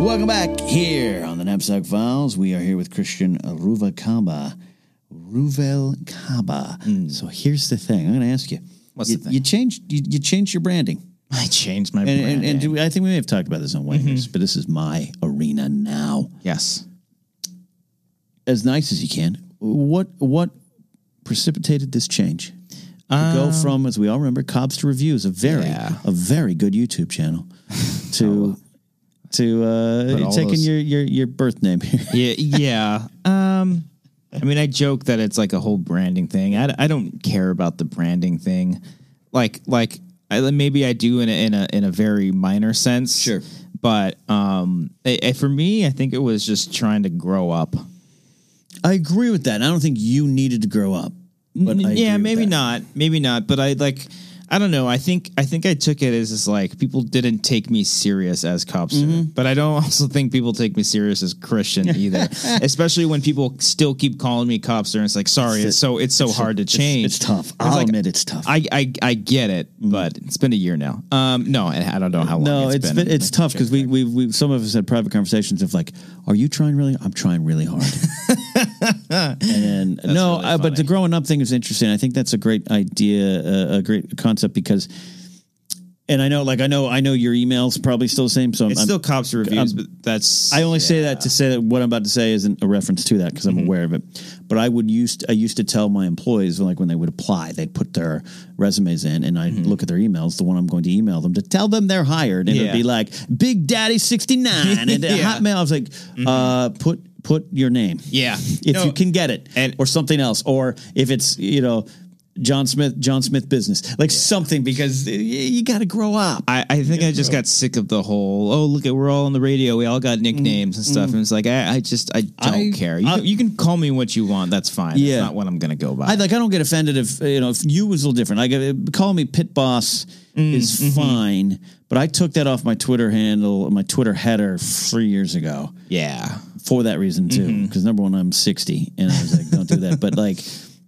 Speaker 1: Welcome back here on the Knapsack Files. We are here with Christian Ruvacaba. Ruvel Kaba. So here's the thing. I'm going to ask you.
Speaker 2: Hmm. What's
Speaker 1: you,
Speaker 2: the thing?
Speaker 1: You changed, you, you changed your branding.
Speaker 2: I changed my Mm-hmm.
Speaker 1: And,
Speaker 2: brand.
Speaker 1: and, and do we- I think we may have talked about this on Wangers, but this is my arena now.
Speaker 2: yes.
Speaker 1: As nice as you can, what what precipitated this change? To go from, as we all remember, Cobbs to Reviews, a very
Speaker 2: Um, Yeah. Oh,
Speaker 1: a very good YouTube channel, to to uh,
Speaker 2: all
Speaker 1: taking
Speaker 2: those-
Speaker 1: your, your your birth name here.
Speaker 2: Yeah. Yeah. um, I mean, I joke that it's like a whole branding thing. I, I don't care about the branding thing. Like, like I, maybe I do in a, in a, in a very minor sense.
Speaker 1: Sure.
Speaker 2: But, um, I- I- for me, I think it was just trying to grow up.
Speaker 1: I agree with that. I don't think you needed to grow up. But I agree
Speaker 2: Mm, yeah,
Speaker 1: with
Speaker 2: maybe
Speaker 1: that.
Speaker 2: not, maybe not. But I like, I don't know. I think I think I took it as just like people didn't take me serious as Copster,
Speaker 1: Mm-hmm.
Speaker 2: but I don't also think people take me serious as Christian either. Especially when people still keep calling me Copster, and it's like, sorry, it's, so it's so hard to change.
Speaker 1: It's tough. Um,
Speaker 2: I was
Speaker 1: I'll
Speaker 2: like,
Speaker 1: admit it's tough.
Speaker 2: I, I I get it, but it's been a year now. Um, no, I, I don't know how long.
Speaker 1: no,
Speaker 2: it's
Speaker 1: it's
Speaker 2: been.
Speaker 1: been, it's tough because we we we some of us had private conversations of like, are you trying really? I'm trying really hard. and no,
Speaker 2: really
Speaker 1: uh, but the
Speaker 2: funny.
Speaker 1: growing up thing is interesting. I think that's a great idea, uh, a great concept because, and I know, like I know, I know your email's probably still the same. So I'm,
Speaker 2: It's
Speaker 1: I'm-
Speaker 2: still Copster reviews, but that's
Speaker 1: I only say that to say that what I'm about to say isn't a reference to that because
Speaker 2: Mm-hmm.
Speaker 1: I'm aware of it. But I would used I used to tell my employees like when they would apply, they'd put their resumes in, and I'd
Speaker 2: Mm-hmm.
Speaker 1: look at their emails, the one I'm going to email them to tell them they're hired, and it'd
Speaker 2: Yeah.
Speaker 1: be like Big Daddy sixty nine and
Speaker 2: Yeah. Mm-hmm.
Speaker 1: Hotmail. I was like, uh, put put your name,
Speaker 2: yeah.
Speaker 1: if
Speaker 2: No,
Speaker 1: you can get it,
Speaker 2: and-
Speaker 1: or something else, or if it's you know. John Smith, John Smith business, like something because y- you got to grow up.
Speaker 2: I, I think I just got sick of the whole. Oh, look at we're all on the radio. We all got nicknames and stuff. And it's like I, I just I don't
Speaker 1: Mm-hmm. I-
Speaker 2: care. You, can- you can call me what you want. That's fine.
Speaker 1: Yeah.
Speaker 2: That's not what I'm gonna go by.
Speaker 1: I like. I don't get offended if you know if you was a little different. Like uh, call me pit boss is fine, but I took that off my Twitter handle, my Twitter header three years ago
Speaker 2: yeah.
Speaker 1: for that reason
Speaker 2: Mm-hmm.
Speaker 1: too. Because number one, I'm 60, and I was like, don't do that. But like,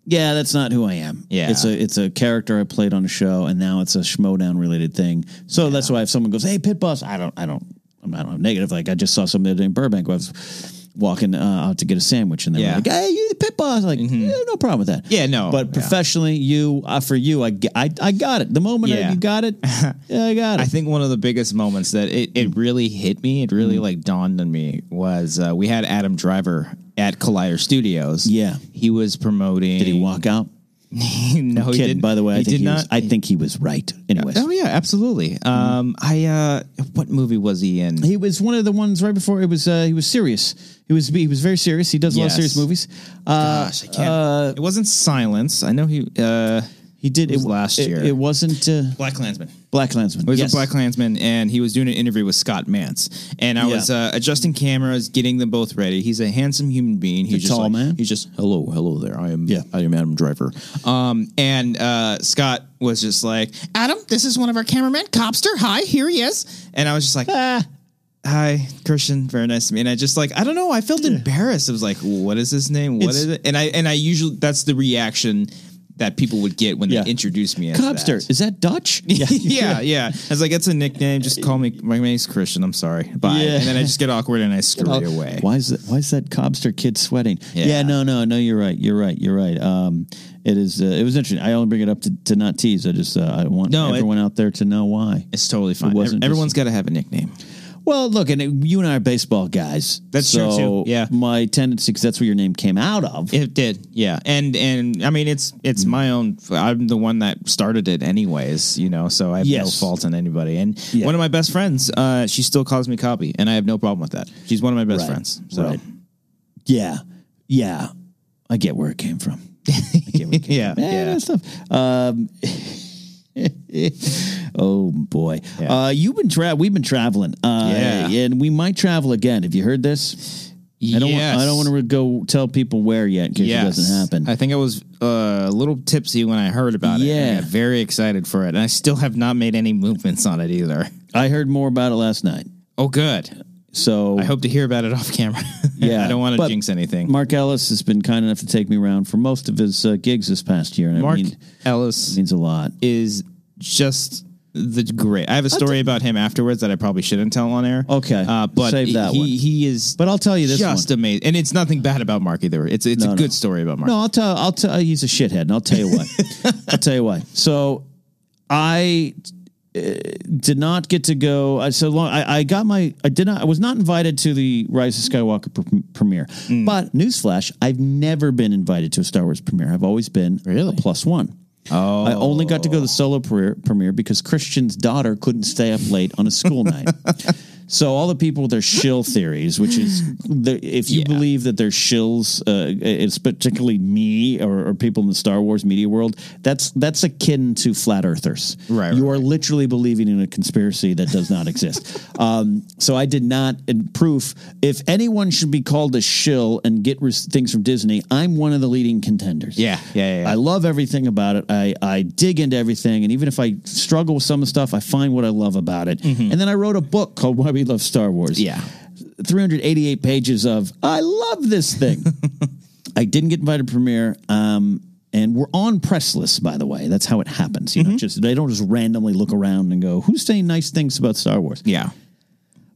Speaker 1: yeah, that's not who I am.
Speaker 2: Yeah.
Speaker 1: it's a it's a character I played on a show, and now it's a schmodown related thing. So that's why if someone goes, hey, pit boss, I don't, I don't, I'm not I'm negative. Like I just saw somebody in Burbank. where I was walking uh, out to get a sandwich, and they
Speaker 2: Yeah. Mm-hmm.
Speaker 1: were like, hey, you the pit boss? Like, "Yeah, no problem with that.
Speaker 2: Yeah, no.
Speaker 1: But
Speaker 2: Yeah.
Speaker 1: professionally, you uh, for you, I, ge- I I got it. The moment I-
Speaker 2: Yeah.
Speaker 1: you got it, yeah, I got it.
Speaker 2: I think one of the biggest moments that it, it really hit me, it
Speaker 1: Mm-hmm.
Speaker 2: really like dawned on me was uh, we had Adam Driver at Collider Studios.
Speaker 1: Yeah.
Speaker 2: He was promoting.
Speaker 1: Did he walk out?
Speaker 2: no, Oh, he
Speaker 1: Kid,
Speaker 2: didn't.
Speaker 1: by the way, I
Speaker 2: he
Speaker 1: think
Speaker 2: did
Speaker 1: he
Speaker 2: not.
Speaker 1: was. I think he was right. Anyways,
Speaker 2: oh yeah, absolutely. Um, I uh, what movie was he in?
Speaker 1: He was one of the ones right before it was. Uh, he was serious. He was. He was very serious. He does a lot of
Speaker 2: Yes.
Speaker 1: serious movies. Uh,
Speaker 2: Gosh, I can't. it wasn't Silence. I know he. Uh,
Speaker 1: he did
Speaker 2: It was last year.
Speaker 1: It, wasn't uh,
Speaker 2: Black Klansman.
Speaker 1: Black Landsman.
Speaker 2: It was a Black Klansman, and he was doing an interview with Scott Mance. And I
Speaker 1: Yeah.
Speaker 2: was uh, adjusting cameras, getting them both ready. He's a handsome human being. He's
Speaker 1: A
Speaker 2: just
Speaker 1: tall
Speaker 2: like-
Speaker 1: man?
Speaker 2: He's just hello, hello there. I am.
Speaker 1: Yeah.
Speaker 2: I am Adam Driver. Um, and uh, Scott was just like, Adam, this is one of our cameramen, Copster. Hi, here he is. And I was just like.
Speaker 1: Ah.
Speaker 2: Hi, Christian. Very nice to meet. you." And I just like I don't know. I felt embarrassed. I was like, "What is his name? What is
Speaker 1: It's-
Speaker 2: it?" And I and I usually that's the reaction that people would get when
Speaker 1: Yeah.
Speaker 2: they introduced me as
Speaker 1: Cobster,
Speaker 2: that.
Speaker 1: is that Dutch? Yeah.
Speaker 2: yeah, yeah. I was like, that's a nickname. Just call me. My name's Christian. I'm sorry. Bye.
Speaker 1: Yeah.
Speaker 2: And then I just get awkward and I scurry
Speaker 1: Oh,
Speaker 2: away.
Speaker 1: Why is that? Why is that Cobster kid sweating? Yeah.
Speaker 2: Yeah.
Speaker 1: no, no, no. You're right. You're right. You're right. Um, it is. Uh, it was interesting. I only bring it up to, to not tease. I just uh, I want
Speaker 2: No, it-
Speaker 1: everyone out there to know why.
Speaker 2: It's totally fine.
Speaker 1: It wasn't
Speaker 2: Everyone's
Speaker 1: just-
Speaker 2: got to have a nickname.
Speaker 1: Well, look, and it, you and I are baseball guys.
Speaker 2: That's true,
Speaker 1: so
Speaker 2: too. Yeah.
Speaker 1: my tendency because that's where your name came out of.
Speaker 2: It did, yeah. And and I mean, it's it's my own. I'm the one that started it, anyways. You know, so I have
Speaker 1: Yes.
Speaker 2: no fault in anybody. And
Speaker 1: Yeah.
Speaker 2: one of my best friends, uh, she still calls me Copy, and I have no problem with that. She's one of my best
Speaker 1: Right.
Speaker 2: friends. So
Speaker 1: Right. yeah, yeah. I get where it came from. I get where it came
Speaker 2: Uh, Yeah,
Speaker 1: from. Eh,
Speaker 2: yeah.
Speaker 1: that's tough. Um, oh boy,
Speaker 2: Yeah.
Speaker 1: uh, you've been tra- We've been traveling. Uh,
Speaker 2: Yeah.
Speaker 1: and we might travel again. Have you heard this? I don't.
Speaker 2: Yes.
Speaker 1: Want, I don't want to go tell people where yet in case it doesn't happen.
Speaker 2: I think I was uh, a little tipsy when I heard about it. and I
Speaker 1: Yeah.
Speaker 2: got very excited for it, and I still have not made any movements on it either.
Speaker 1: I heard more about it last night.
Speaker 2: Oh, good.
Speaker 1: So
Speaker 2: I hope to hear about it off camera.
Speaker 1: Yeah,
Speaker 2: I don't want to
Speaker 1: but-
Speaker 2: jinx anything.
Speaker 1: Mark Ellis has been kind enough to take me around for most of his uh, gigs this past year, and
Speaker 2: Mark
Speaker 1: it mean-
Speaker 2: Ellis
Speaker 1: means a lot.
Speaker 2: is just the great. I have a story about him afterwards that I probably shouldn't tell on air.
Speaker 1: Okay.
Speaker 2: uh, but
Speaker 1: Save that
Speaker 2: he,
Speaker 1: one.
Speaker 2: He is,
Speaker 1: But I'll tell you this
Speaker 2: just
Speaker 1: one.
Speaker 2: amazing, and it's nothing bad about Mark either. It's it's
Speaker 1: No,
Speaker 2: a
Speaker 1: no.
Speaker 2: good story about Mark.
Speaker 1: No, I'll tell. I'll tell. He's a shithead, and I'll tell you why. I'll tell you why. So I uh, did not get to go. I so long. I, I got my. I did not. I was not invited to the Rise of Skywalker pre- premiere. But newsflash, I've never been invited to a Star Wars premiere. I've always been
Speaker 2: Really?
Speaker 1: a plus one. Oh, I only got to go to the solo premiere, premiere because Christian's daughter couldn't stay up late on a school night. So all the people with their shill theories, which is the, if you
Speaker 2: Yeah.
Speaker 1: believe that they're shills, uh, it's particularly me or, or people in the Star Wars media world. That's that's akin to flat earthers.
Speaker 2: Right,
Speaker 1: you
Speaker 2: right,
Speaker 1: are literally believing in a conspiracy that does not exist. um, so I did not and proof. If anyone should be called a shill and get res- things from Disney, I'm one of the leading contenders.
Speaker 2: Yeah, yeah, yeah, yeah.
Speaker 1: I love everything about it. I, I dig into everything. And even if I struggle with some of the stuff, I find what I love about it. And then I wrote a book called Why We Love Star Wars.
Speaker 2: Yeah.
Speaker 1: 388 pages of, I love this thing. I didn't get invited to premiere. Um, and we're on press lists, by the way. That's how it happens. You know, just they don't just randomly look around and go, "Who's saying nice things about Star Wars?"
Speaker 2: Yeah,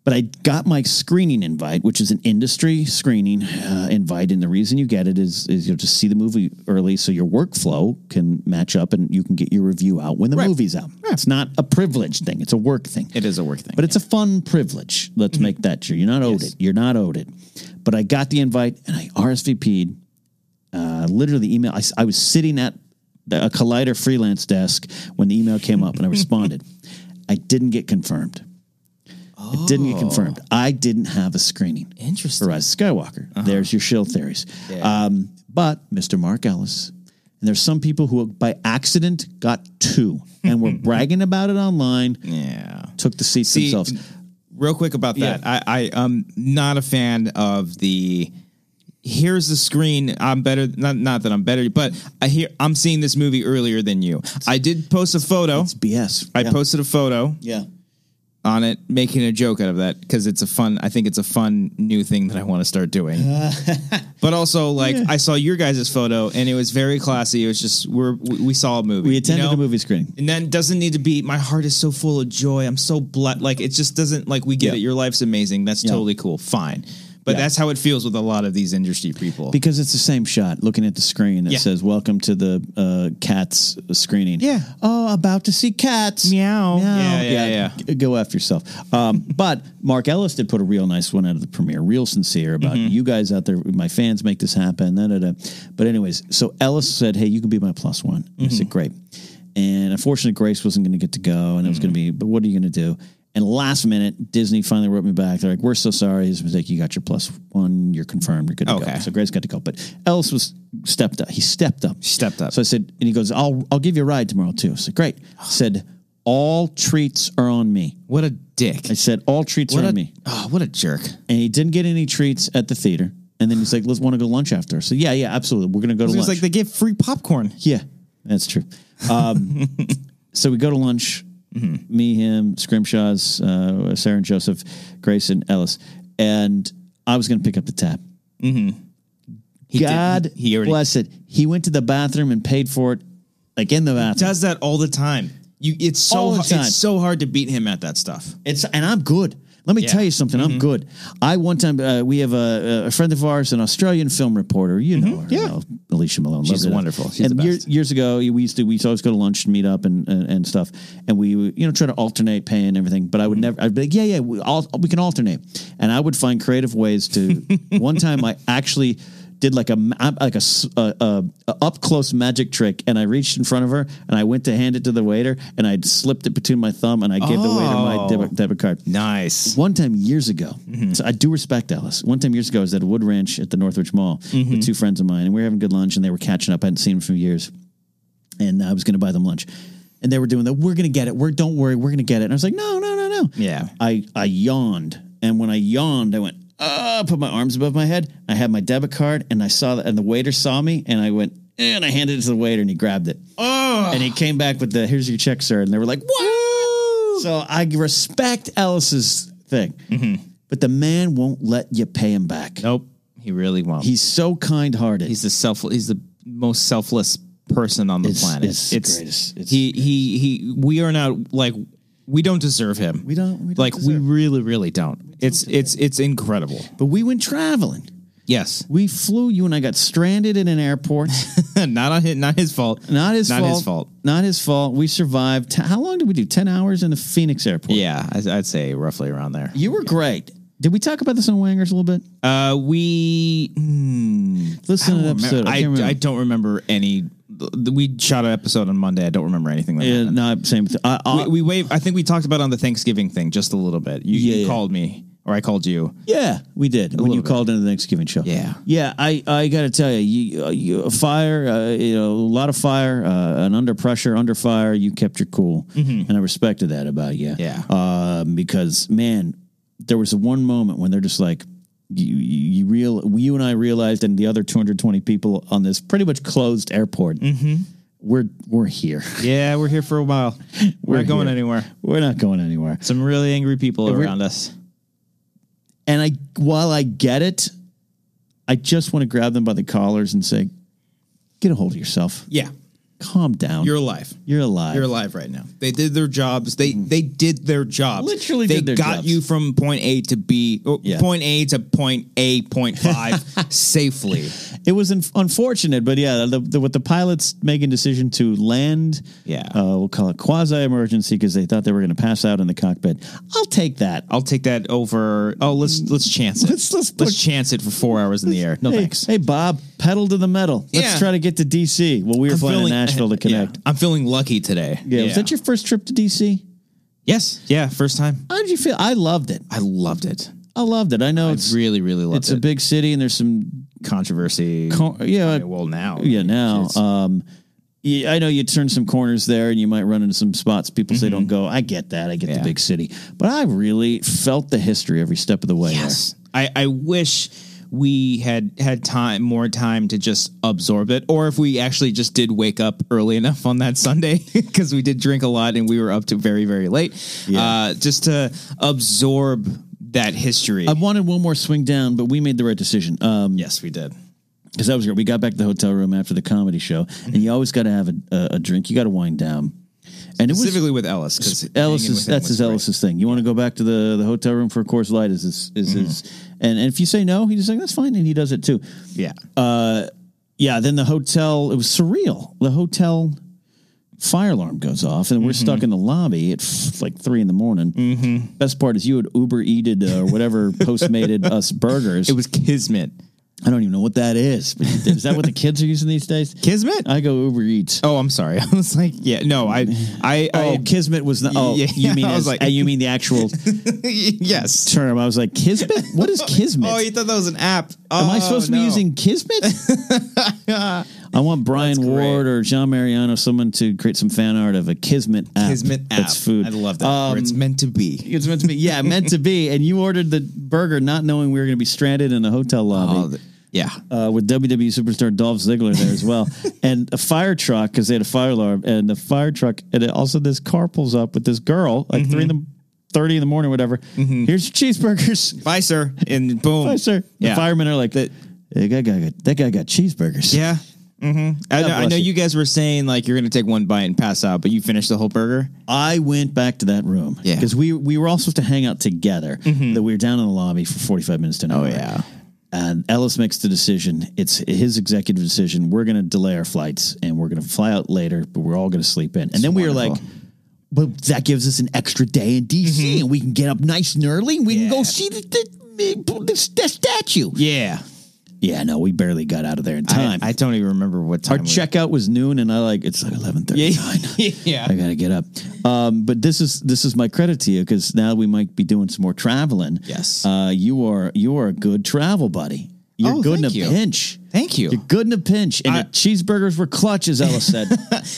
Speaker 1: But I got my screening invite, which is an industry screening uh, invite, and the reason you get it is is you'll just see the movie early, so your workflow can match up, and you can get your review out when the movie's out. It's not a privilege thing; it's a work thing.
Speaker 2: it is a work thing.
Speaker 1: But it's a fun privilege. Let's make that sure. You're not owed it. You're not owed it. But I got the invite and I RSVP'd. Uh, literally, the email. I, s- I was sitting at the, a Collider freelance desk when the email came up and I responded. I didn't get confirmed. It didn't get confirmed. I didn't have a screening.
Speaker 2: Oh. interesting. Uh-huh.
Speaker 1: For Rise of Skywalker. There's your shill theories. Um, but Mr. Mark Ellis, and there's some people who by accident got two and were bragging about it online,
Speaker 2: Yeah.
Speaker 1: took the seats
Speaker 2: See,
Speaker 1: themselves.
Speaker 2: real quick about that. I, I am not a fan of the here's the screen. I'm better. Not not that I'm better, but I hear I'm seeing this movie earlier than you. I did post a photo.
Speaker 1: It's BS.
Speaker 2: I
Speaker 1: yeah.
Speaker 2: posted a photo
Speaker 1: Yeah.
Speaker 2: on it, making a joke out of that because it's a fun. I think it's a fun new thing that I want to start doing. but also, like I saw your guys' photo, and it was very classy. It was just we're we we saw a movie.
Speaker 1: We
Speaker 2: you
Speaker 1: attended
Speaker 2: know?
Speaker 1: a movie screening.
Speaker 2: and then doesn't need to be my heart is so full of joy i'm so blessed like it just doesn't like we get
Speaker 1: Yeah.
Speaker 2: it your life's amazing that's
Speaker 1: Yeah.
Speaker 2: totally cool fine but
Speaker 1: Yeah.
Speaker 2: that's how it feels with a lot of these industry people
Speaker 1: Because it's the same shot looking at the screen that
Speaker 2: Yeah.
Speaker 1: says, Welcome to the uh, Cats screening.
Speaker 2: Yeah.
Speaker 1: Oh, about to see cats.
Speaker 2: Meow.
Speaker 1: Meow.
Speaker 2: Yeah, yeah,
Speaker 1: G- Go F yourself. Um, but Mark Ellis did put a real nice one out of the premiere, real sincere about you guys out there, my fans make this happen. Da, da, da. But, anyways, so Ellis said, Hey, you can be my plus one. I said, Great. And unfortunately, Grace wasn't going to get to go, and it was going to be, but what are you going to do? And last minute, Disney finally wrote me back. They're like, "We're so sorry, it's a mistake. You got your plus one. You're confirmed. You're good to go."
Speaker 2: Okay.
Speaker 1: So Grace got to go, but Ellis was stepped up. He stepped up.
Speaker 2: Stepped up.
Speaker 1: So I said, and he goes, "I'll I'll give you a ride tomorrow too." I said, "Great." I said, "All treats are on me."
Speaker 2: what a dick
Speaker 1: I said, "All treats
Speaker 2: what
Speaker 1: are
Speaker 2: a,
Speaker 1: on me."
Speaker 2: oh, what a jerk
Speaker 1: And he didn't get any treats at the theater. And then he's like, "Let's want to go lunch after." So yeah, yeah, absolutely. We're gonna go to
Speaker 2: it's
Speaker 1: lunch.
Speaker 2: like they give free popcorn
Speaker 1: Yeah, that's true. Um, so we go to lunch.
Speaker 2: Mm-hmm.
Speaker 1: Me, him, Scrimshaw's, uh, Sarah and Joseph, Grayson, Ellis, and I was going to pick up the tab.
Speaker 2: he
Speaker 1: God
Speaker 2: didn't- Mm-hmm. he already
Speaker 1: bless it. He went to the bathroom and paid for it like in the bathroom.
Speaker 2: does that all the time. You, it's so
Speaker 1: All the
Speaker 2: hard-
Speaker 1: time.
Speaker 2: it's so hard to beat him at that stuff.
Speaker 1: It's and I'm good. Let me
Speaker 2: Yeah. Mm-hmm.
Speaker 1: tell you something. I'm good. I one time uh, we have a, a friend of ours, an Australian film reporter. You know her,
Speaker 2: Mm-hmm. Yeah.
Speaker 1: you know, Alicia Malone.
Speaker 2: She's
Speaker 1: Love her.
Speaker 2: wonderful. She's
Speaker 1: and
Speaker 2: the
Speaker 1: year-
Speaker 2: best.
Speaker 1: years ago, we used to we used to always go to lunch and meet up and, and and stuff. And we would, you know try to alternate pay and everything. But I would never. I'd be like, yeah, yeah, we all we can alternate. And I would find creative ways to. one time, I actually. Did like a ma- like a, s- a- a- a up close magic trick, and I reached in front of her, and I went to hand it to the waiter, and I slipped it between my thumb, and I gave the waiter my
Speaker 2: Oh.
Speaker 1: debit, debit card.
Speaker 2: Nice.
Speaker 1: One time years ago, so I do respect Alice. One time years ago, I was at Wood Ranch at the Northridge Mall with two friends of mine, and we were having good lunch, and they were catching up. I hadn't seen them for years, and I was going to buy them lunch, and they were doing that. We're going to get it. We're don't worry. We're going to get it. And I was like, no, no, no, no.
Speaker 2: Yeah.
Speaker 1: I I yawned, and when I yawned, I went. Uh, put my arms above my head. I had my debit card, and I saw that, and the waiter saw me, and I went, "Eh," and I handed it to the waiter, and he grabbed it, oh. and he came back with the, "Here's your check, sir," and they were like, "What?" So I respect Alice's thing,
Speaker 2: Mm-hmm.
Speaker 1: but the man won't let you pay him back.
Speaker 2: Nope. He really won't.
Speaker 1: He's so kind-hearted.
Speaker 2: he's the self he's the most selfless person on the
Speaker 1: It's-
Speaker 2: planet.
Speaker 1: it's the greatest. It's
Speaker 2: he he he we are not like we don't deserve him. We
Speaker 1: don't- we don't
Speaker 2: like we
Speaker 1: deserve-
Speaker 2: really really don't. it's it's it's incredible.
Speaker 1: but we went traveling.
Speaker 2: Yes.
Speaker 1: We flew. You and I got stranded in an airport.
Speaker 2: not on his, not his fault.
Speaker 1: Not his
Speaker 2: not
Speaker 1: fault.
Speaker 2: his fault.
Speaker 1: Not his fault. We survived. T- How long did we do? Ten hours in the Phoenix airport.
Speaker 2: Yeah, I, I'd say roughly around there.
Speaker 1: You were great. Did we talk about this on Wangers a little bit?
Speaker 2: Uh, we hmm,
Speaker 1: Listen to the
Speaker 2: I, don't
Speaker 1: episode.
Speaker 2: remember-
Speaker 1: I, can't
Speaker 2: I, I
Speaker 1: remember.
Speaker 2: don't remember any. We shot an episode on Monday. I don't remember anything. That
Speaker 1: Yeah,
Speaker 2: happened.
Speaker 1: no, same. Thing. I, I,
Speaker 2: we, we waved. I think we talked about it on the Thanksgiving thing just a little bit. You,
Speaker 1: Yeah,
Speaker 2: you
Speaker 1: yeah.
Speaker 2: called me, or I called you.
Speaker 1: yeah, we did when you
Speaker 2: little bit.
Speaker 1: called into the Thanksgiving show.
Speaker 2: Yeah.
Speaker 1: yeah. I, I got to tell you, you, uh, you a fire. Uh, you know, a lot of fire. Uh, and under pressure, under fire, you kept your cool, and I respected that about you.
Speaker 2: Yeah.
Speaker 1: um, because man, there was one moment when they're just like. You, you, you real you and I realized, and the other 220 people on this pretty much closed airport. We're we're here.
Speaker 2: Yeah, we're here for a while. We're, not going
Speaker 1: here.
Speaker 2: anywhere.
Speaker 1: We're not going anywhere.
Speaker 2: Some really angry people
Speaker 1: we're-
Speaker 2: around us.
Speaker 1: And I, while I get it, I just want to grab them by the collars and say, "Get a hold of yourself.
Speaker 2: Yeah,
Speaker 1: Calm down.
Speaker 2: you're alive.
Speaker 1: you're alive.
Speaker 2: You're alive right now. They did their jobs. They they did their jobs.
Speaker 1: Mm. Literally
Speaker 2: they
Speaker 1: did their
Speaker 2: got
Speaker 1: jobs.
Speaker 2: you from point A to B, or
Speaker 1: Yeah.
Speaker 2: point A to point A, point five safely.
Speaker 1: It was un- unfortunate, but yeah, the, the, with the pilots making decision to land,
Speaker 2: Yeah.
Speaker 1: uh, we'll call it quasi emergency because they thought they were going to pass out in the cockpit. I'll take that.
Speaker 2: I'll take that over. Oh, let's let's chance it.
Speaker 1: Let's- let's put-
Speaker 2: chance it for four hours in the air. No
Speaker 1: hey,
Speaker 2: thanks.
Speaker 1: Hey, Bob, pedal to the metal. Let's
Speaker 2: Yeah.
Speaker 1: try to get to DC. Well, we were flying to Nashville to
Speaker 2: yeah.
Speaker 1: connect.
Speaker 2: I'm feeling lucky today.
Speaker 1: Yeah. was that your first trip to DC?
Speaker 2: yes? Yeah, first time.
Speaker 1: How did you feel? I loved it.
Speaker 2: I loved it.
Speaker 1: I loved it. I know
Speaker 2: I
Speaker 1: it's
Speaker 2: really, really loved
Speaker 1: it's
Speaker 2: it.
Speaker 1: a big city and there's some
Speaker 2: controversy.
Speaker 1: Con- yeah,
Speaker 2: I mean, well, now.
Speaker 1: yeah now um yeah, I know you turn some corners there and you might run into some spots people say don't go. I get that. I get the
Speaker 2: Mm-hmm. Yeah.
Speaker 1: big city. But I really felt the history every step of the way.
Speaker 2: Yes. I, I wish we had had time more time to just absorb it or if we actually just did wake up early enough on that sunday because we did drink a lot and we were up to very very late uh, just to absorb that history
Speaker 1: I wanted one more swing down, but we made the right decision. Um
Speaker 2: yes we did
Speaker 1: because that was great. We got back to the hotel room after the comedy show
Speaker 2: Mm-hmm.
Speaker 1: and you always got to have a, a, a drink. You got to wind down. And it was
Speaker 2: specifically with ellis because
Speaker 1: Ellis's that's his Ellis's thing. You want to go back to the, the hotel room for a course light is his, is
Speaker 2: Mm-hmm.
Speaker 1: his and, and if you say no, he's just like that's fine and he does it too.
Speaker 2: yeah
Speaker 1: yeah, then the hotel, it was surreal. The hotel fire alarm goes off, and we're stuck
Speaker 2: Mm-hmm.
Speaker 1: in the lobby at f- like three in the morning. Mm-hmm. Best part is you had Uber eated uh, or whatever Postmated us burgers.
Speaker 2: it was kismet
Speaker 1: I don't even know what that is. But is that what the kids are using these days?
Speaker 2: kismet
Speaker 1: I go Uber Eats.
Speaker 2: oh i'm sorry i was like yeah no i i,
Speaker 1: Oh,
Speaker 2: I
Speaker 1: Kismet was the. Oh,
Speaker 2: Yeah,
Speaker 1: you mean
Speaker 2: I was
Speaker 1: as,
Speaker 2: like-
Speaker 1: uh, you mean the actual
Speaker 2: yes
Speaker 1: term? I was like Kismet. What is Kismet?
Speaker 2: oh you thought that was an app Oh,
Speaker 1: Am I supposed to be using Kismet? I want Brian
Speaker 2: That's great.
Speaker 1: Ward or John Mariano, someone to create some fan art of a Kismet app.
Speaker 2: kismet app
Speaker 1: That's food.
Speaker 2: i love that
Speaker 1: Um,
Speaker 2: where it's meant to be
Speaker 1: it's meant to be. Yeah, meant to be. And you ordered the burger not knowing we were going to be stranded in a hotel
Speaker 2: Oh,
Speaker 1: lobby.
Speaker 2: th- yeah.
Speaker 1: uh, with WWE superstar Dolph Ziggler there as well, and a fire truck because they had a fire alarm, and the fire truck, and it, also this car pulls up with this girl like three in
Speaker 2: Mm-hmm.
Speaker 1: the thirty in the morning, whatever. Here's your cheeseburgers.
Speaker 2: Bye, sir. And boom.
Speaker 1: Hi, sir. The
Speaker 2: Yeah.
Speaker 1: firemen are like that. That guy got that guy got cheeseburgers.
Speaker 2: Yeah. I know, I
Speaker 1: Mm-hmm. bless
Speaker 2: know
Speaker 1: you.
Speaker 2: you guys were saying like you're gonna take one bite and pass out, but you finished the whole burger.
Speaker 1: I went back to that room
Speaker 2: Yeah. Mm-hmm.
Speaker 1: because we we were all supposed to hang out together. That we were down in the lobby for forty five minutes to an hour.
Speaker 2: Oh, yeah.
Speaker 1: And Ellis makes the decision. It's his executive decision. We're going to delay our flights and we're going to fly out later, but we're all going to sleep in. And then we were like,
Speaker 2: wonderful. Mm-hmm.
Speaker 1: but that gives us an extra day in DC and we can get up nice and early and we can go
Speaker 2: Yeah.
Speaker 1: see the, the, the, the statue.
Speaker 2: Yeah,
Speaker 1: Yeah, no, we barely got out of there in time.
Speaker 2: I, I don't even remember what time.
Speaker 1: our
Speaker 2: we-
Speaker 1: checkout was noon and I like, it's like 11.39.
Speaker 2: Yeah, yeah.
Speaker 1: I gotta get up. Um, but this is this is my credit to you because now we might be doing some more traveling.
Speaker 2: Yes.
Speaker 1: uh, you are you are a good travel buddy. You're
Speaker 2: Oh,
Speaker 1: good in a
Speaker 2: thank you.
Speaker 1: pinch.
Speaker 2: Thank you.
Speaker 1: You're good in a pinch. And
Speaker 2: I-
Speaker 1: the cheeseburgers were clutch, as Ella said.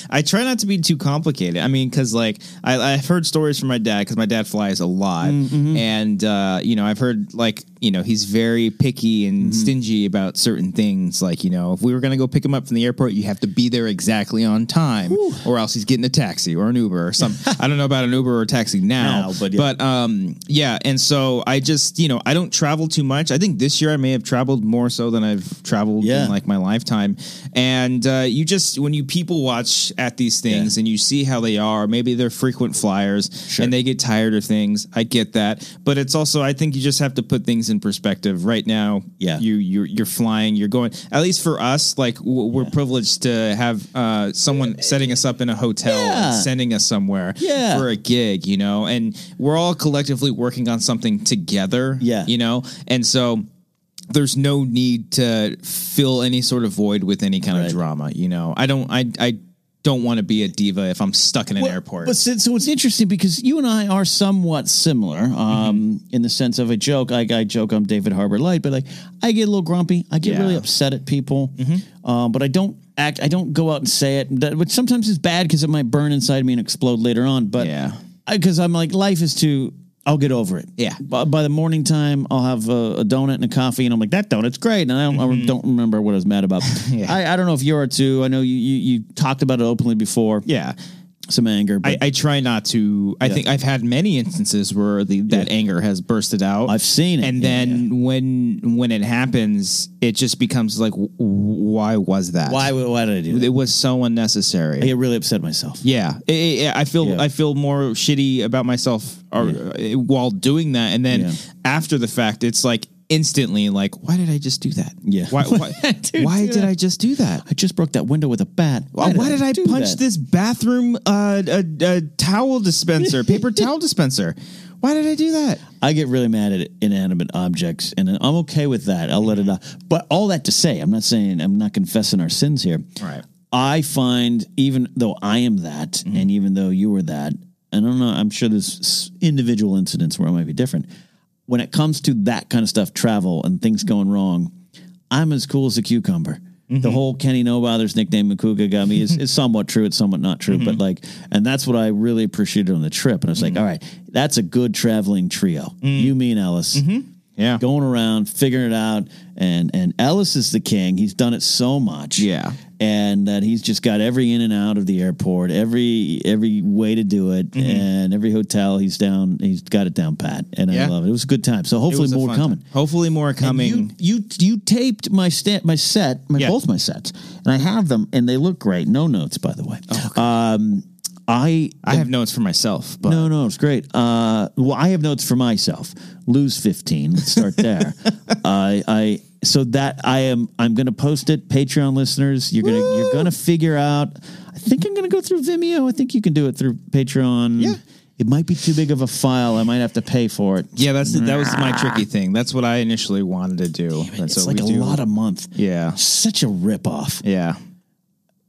Speaker 2: I try not to be too complicated. I mean, because like I, I've heard stories from my dad because my dad flies a lot,
Speaker 1: Mm, mm-hmm.
Speaker 2: and uh, you know I've heard like you know he's very picky
Speaker 1: Mm-hmm.
Speaker 2: and stingy about certain things. Like you know if we were gonna go pick him up from the airport, you have to be there exactly on time, or else he's getting a taxi or an Uber or something. I don't know about an Uber or a taxi now,
Speaker 1: Now, but
Speaker 2: but
Speaker 1: yeah.
Speaker 2: but um yeah, and so I just you know I don't travel too much. I think this year I may have traveled more so than I've traveled
Speaker 1: Yeah.
Speaker 2: in like my lifetime. And uh, you just when you people watch at these things and you see how they are, maybe they're frequent flyers and they get tired of things. I get that, but it's also I think you just have to put things in perspective. Right now,
Speaker 1: Yeah.
Speaker 2: you you're you're flying, you're going. At least for us, like w- we're privileged to have uh, someone setting us up in a hotel
Speaker 1: Yeah.
Speaker 2: and sending us somewhere
Speaker 1: Yeah.
Speaker 2: for a gig, you know, and we're all collectively working on something together,
Speaker 1: Yeah.
Speaker 2: you know, and so there's no need to fill any sort of void with any kind
Speaker 1: Right.
Speaker 2: of drama, you know. I don't, I, I don't want to be a diva if I'm stuck in an
Speaker 1: Well,
Speaker 2: airport.
Speaker 1: But since, so it's interesting because you and I are somewhat similar um,
Speaker 2: Mm-hmm.
Speaker 1: in the sense of a joke. I, I joke I'm David Harbor Light, but like I get a little grumpy. I get
Speaker 2: Yeah. Mm-hmm.
Speaker 1: really upset at people, um, but I don't act. I don't go out and say it, that- which sometimes is bad because it might burn inside me and explode later on. But
Speaker 2: Yeah.
Speaker 1: because I'm like life is too. I'll get over it.
Speaker 2: Yeah.
Speaker 1: By, by the morning time, I'll have a, a donut and a coffee, and I'm like, that donut's great. And I don't, I don't remember what I was mad about.
Speaker 2: Mm-hmm. Yeah.
Speaker 1: I, I don't know if you are too. I know you, you, you talked about it openly before.
Speaker 2: yeah.
Speaker 1: Some anger. But
Speaker 2: I, I try not to. I think I've had many instances where the, that anger has bursted out.
Speaker 1: I've seen it,
Speaker 2: and
Speaker 1: yeah,
Speaker 2: then when when it happens, it just becomes like, w- why was that?
Speaker 1: Why? Why did I do that?
Speaker 2: it was so unnecessary?
Speaker 1: I get really upset myself.
Speaker 2: Yeah, I- I- I I feel
Speaker 1: Yeah.
Speaker 2: I feel more shitty about myself or, uh, while doing that, and then
Speaker 1: Yeah.
Speaker 2: after the fact, it's like instantly like, why did I just do that?
Speaker 1: Yeah.
Speaker 2: why why,
Speaker 1: Dude,
Speaker 2: why
Speaker 1: do
Speaker 2: did
Speaker 1: that.
Speaker 2: I just do that?
Speaker 1: I just broke that window with a bat.
Speaker 2: Why, why did I,
Speaker 1: do
Speaker 2: punch
Speaker 1: that?
Speaker 2: this bathroom uh, a, a towel dispenser, paper towel dispenser? Why did I do that?
Speaker 1: I get really mad at inanimate objects, and I'm okay with that. I'll let it out. But all that to say, I'm not saying I'm not confessing our sins here.
Speaker 2: Right.
Speaker 1: I find even though I am that, and even though you were that, and I don't know. I'm sure there's s- individual incidents where it might be different. When it comes to that kind of stuff, travel and things going wrong, I'm as cool as a cucumber.
Speaker 2: Mm-hmm.
Speaker 1: The whole Kenny No Bothers nickname Makuga got me is, is somewhat true. It's somewhat not true,
Speaker 2: Mm-hmm.
Speaker 1: but like, and that's what I really appreciated on the trip. And I was like, all right, that's a good traveling trio. You, me, and Ellis
Speaker 2: Mm. Mm-hmm. Yeah,
Speaker 1: going around figuring it out and and Ellis is the king he's done it so much
Speaker 2: Yeah.
Speaker 1: and that he's just got every in and out of the airport every every way to do it
Speaker 2: Mm-hmm.
Speaker 1: and every hotel he's down he's got it down pat and I
Speaker 2: Yeah.
Speaker 1: love it it was a good time so
Speaker 2: It
Speaker 1: hopefully
Speaker 2: was a
Speaker 1: more
Speaker 2: fun
Speaker 1: coming
Speaker 2: time. Hopefully more coming.
Speaker 1: you you you taped my sta- my set my
Speaker 2: Yeah.
Speaker 1: both my sets and I have them and they look great no notes by the way um I
Speaker 2: I have notes for myself, but
Speaker 1: no, no, it's great. Uh, well, I have notes for myself. Lose fifteen. Let's start there. I, I, so that I am. I'm going to post it. Patreon listeners, you're gonna you're gonna figure out. I think I'm gonna go through Vimeo. I think you can do it through Patreon.
Speaker 2: Yeah.
Speaker 1: It might be too big of a file. I might have to pay for it.
Speaker 2: yeah, that's that was my tricky thing. That's what I initially wanted to do. And
Speaker 1: it's like a lot a month.
Speaker 2: yeah,
Speaker 1: Such a rip off.
Speaker 2: yeah,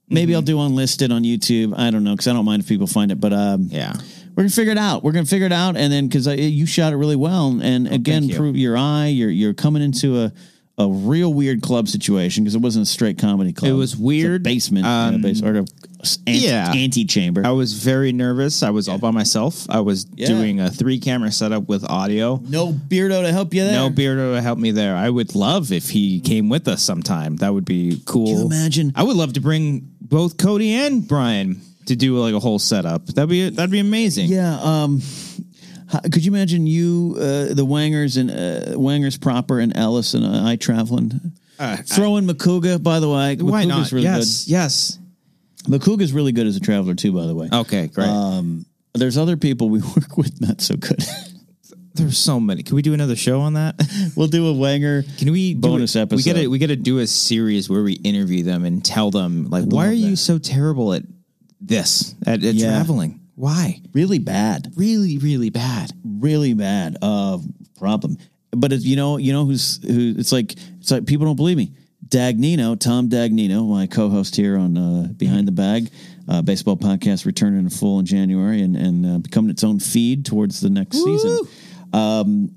Speaker 1: Maybe
Speaker 2: Mm-hmm.
Speaker 1: I'll do unlisted on YouTube. I don't know because I don't mind if people find it, but um,
Speaker 2: yeah.
Speaker 1: We're gonna figure it out. We're gonna figure it out, and then because you shot it really well, and again,
Speaker 2: Oh, thank you.
Speaker 1: prove your eye. You're you're coming into a a real weird club situation because it wasn't a straight comedy club.
Speaker 2: It was
Speaker 1: It's a
Speaker 2: weird.
Speaker 1: basement, um, a base, or a s- ante,
Speaker 2: yeah.
Speaker 1: antechamber.
Speaker 2: I was very nervous. I was all by myself. I was
Speaker 1: Yeah.
Speaker 2: doing a three camera setup with audio.
Speaker 1: no beardo to help you there.
Speaker 2: No Beardo to help me there. I would love if he came with us sometime. That would be cool.
Speaker 1: you imagine?
Speaker 2: I would love to bring both Cody and Brian to do like a whole setup. That'd be that'd be amazing.
Speaker 1: Yeah. Um, how- could you imagine you, uh, the Wangers and uh, Wangers proper, and Ellis and uh, I traveling? Throw in Makuga, by the way.
Speaker 2: Why
Speaker 1: Makuga's
Speaker 2: not?
Speaker 1: Really
Speaker 2: yes, yes.
Speaker 1: good. Makuga's really good as a traveler too, by the way.
Speaker 2: Okay, great.
Speaker 1: Uh, There's other people we work with not so good.
Speaker 2: There's so many. Can we do another show on that?
Speaker 1: we'll do a Wanger.
Speaker 2: Can we do
Speaker 1: Bonus
Speaker 2: it- We
Speaker 1: episode.
Speaker 2: gotta we gotta do a series where we interview them and tell them like, why are you so terrible at this at, at
Speaker 1: Yeah.
Speaker 2: traveling? Why?
Speaker 1: really bad,
Speaker 2: Really, really bad.
Speaker 1: really bad uh, problem. But it's, you know, you know who's who. It's like it's like people don't believe me. Dagnino, Tom Dagnino, my co-host here on uh, Behind the Bag, uh, baseball podcast, returning in full in January and and uh, becoming its own feed towards the next season. Um,